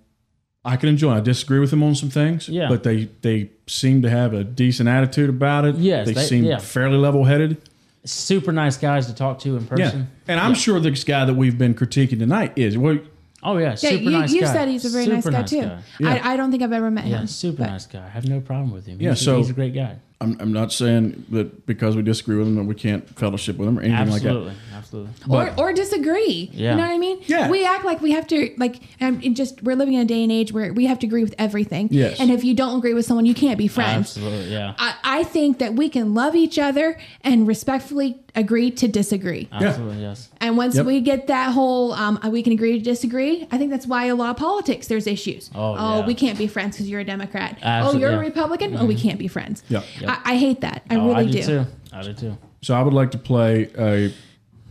I can enjoy. it. I disagree with them on some things, Yeah. but they they seem to have a decent attitude about it. Yes, they, they- seem yeah. fairly level headed. Super nice guys to talk to in Yeah, person. and I'm sure this guy that we've been critiquing tonight is well. Oh yeah, Yeah, super you, nice you guy. said he's a very nice Super guy too. Yeah. I, I don't think I've ever met Yeah, him. super nice guy. I have no problem with him. Yeah, He's- so he's a great guy. I'm, I'm not saying that because we disagree with them that we can't fellowship with them or anything Absolutely, like that. absolutely. But or, or disagree. Yeah. You know what I mean? Yeah. We act like we have to like and it just we're living in a day and age where we have to agree with everything. Yes. And if you don't agree with someone, you can't be friends. Absolutely, yeah. I, I think that we can love each other and respectfully agree to disagree. Absolutely, yes. And once Yep. we get that whole, um, we can agree to disagree. I think that's why a lot of politics there's issues. Oh, yeah. we can't be friends because you're a Democrat. Absolute- oh, you're yeah. Mm-hmm. a Republican. Oh, we can't be friends. Yeah. I, I hate that. I really do. Oh, I do too. So I would like to play a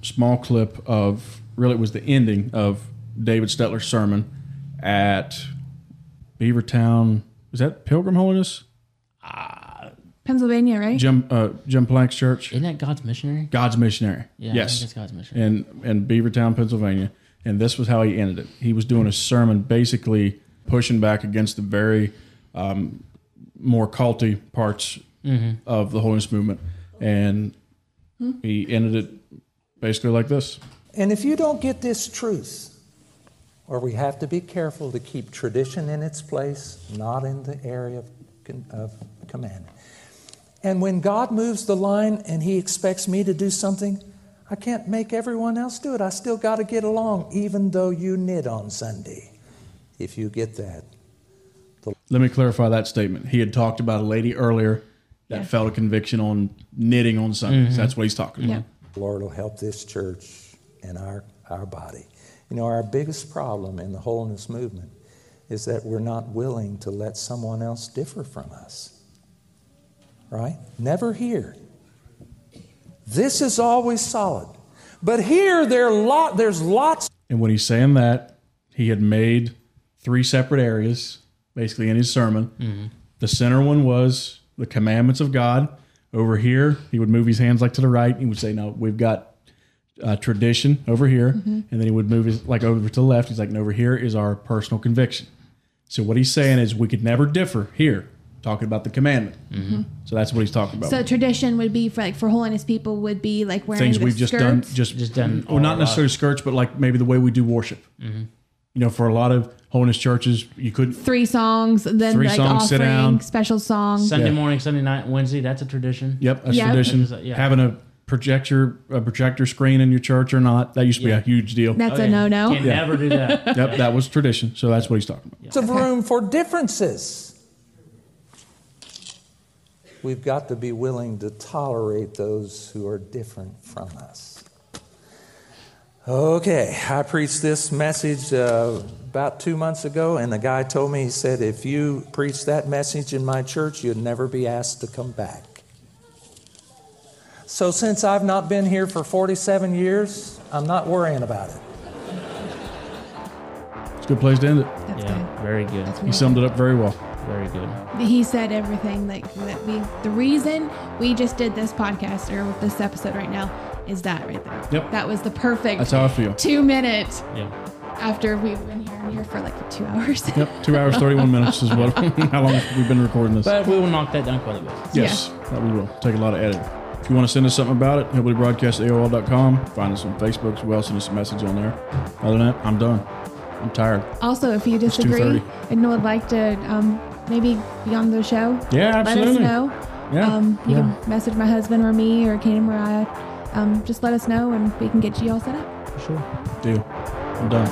small clip of really it was the ending of David Stetler's sermon at Beavertown. Is that Pilgrim Holiness? Pennsylvania, right? Jim uh, Jim Plank's church. Isn't that God's missionary? God's missionary. Yeah, I yes, think it's God's In in Beavertown, Pennsylvania, and this was how he ended it. He was doing a sermon, basically pushing back against the very um, more culty parts Mhm. of the holiness movement, and Hmm. he ended it basically like this. And if you don't get this truth, or we have to be careful to keep tradition in its place, not in the area of, con- of commandment. And when God moves the line and He expects me to do something, I can't make everyone else do it. I still got to get along, even though you knit on Sunday. If you get that. Let me clarify that statement. He had talked about a lady earlier that Yeah. felt a conviction on knitting on Sundays. Mhm. That's what he's talking about. Lord will help this church and our, our body. You know, our biggest problem in the wholeness movement is that we're not willing to let someone else differ from us. Right? Never here. This is always solid. But here there are lot there's lots And when he's saying that, he had made three separate areas basically in his sermon. Mhm. The center one was the commandments of God. Over here, he would move his hands like to the right. He would say, "No, we've got uh, tradition over here," Mhm. and then he would move his like over to the left. He's like, "No, over here is our personal conviction." So what he's saying is we could never differ here, talking about the commandment. Mhm. So that's what he's talking about. So tradition would be for like for holiness people would be like wearing Things the we've just done, skirts. just, just done Well, all not of necessarily skirts, but like maybe the way we do worship. Mhm. You know, for a lot of holiness churches, you couldn't three songs, then Three like songs, sit offering, down. special song. Sunday morning, Sunday night, Wednesday. That's a tradition. Yep, that's Yep. tradition. That is a- yeah. Having a projector a projector screen in your church or not that used to Yeah. be a huge deal. That's Oh, a yeah. no-no. Can never do that. yep, that was tradition. So that's what he's talking about. of room for differences. We've got to be willing to tolerate those who are different from us. Okay, I preached this message uh, about two months ago, and the guy told me, he said, if you preach that message in my church, you'd never be asked to come back. So, since I've not been here for 47 years, I'm not worrying about it. It's a good place to end it. That's yeah, very good. He summed it up very well. Very good. He said everything like that. We the reason we just did this podcast or with this episode right now is that right there. Yep. That was the perfect. That's how I feel. Two minutes Yeah. after we've been here and here for like two hours. Yep, two hours thirty one minutes is what how long we've been recording this. But we will knock that down quite a bit. Yes, that we will. Take a lot of editing. If you want to send us something about it, hillbillybroadcastaol.com. Find us on Facebook as well. Send us a message on there. Other than that, I'm done. I'm tired. Also, if you disagree 2:30. and would like to um, maybe be on the show, Yeah, let us absolutely. know. Yeah, Um, you yeah. can message my husband or me or Kane and Mariah. Um, just let us know and we can get you all set up. Sure. Deal. I'm done.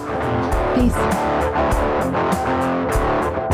Peace.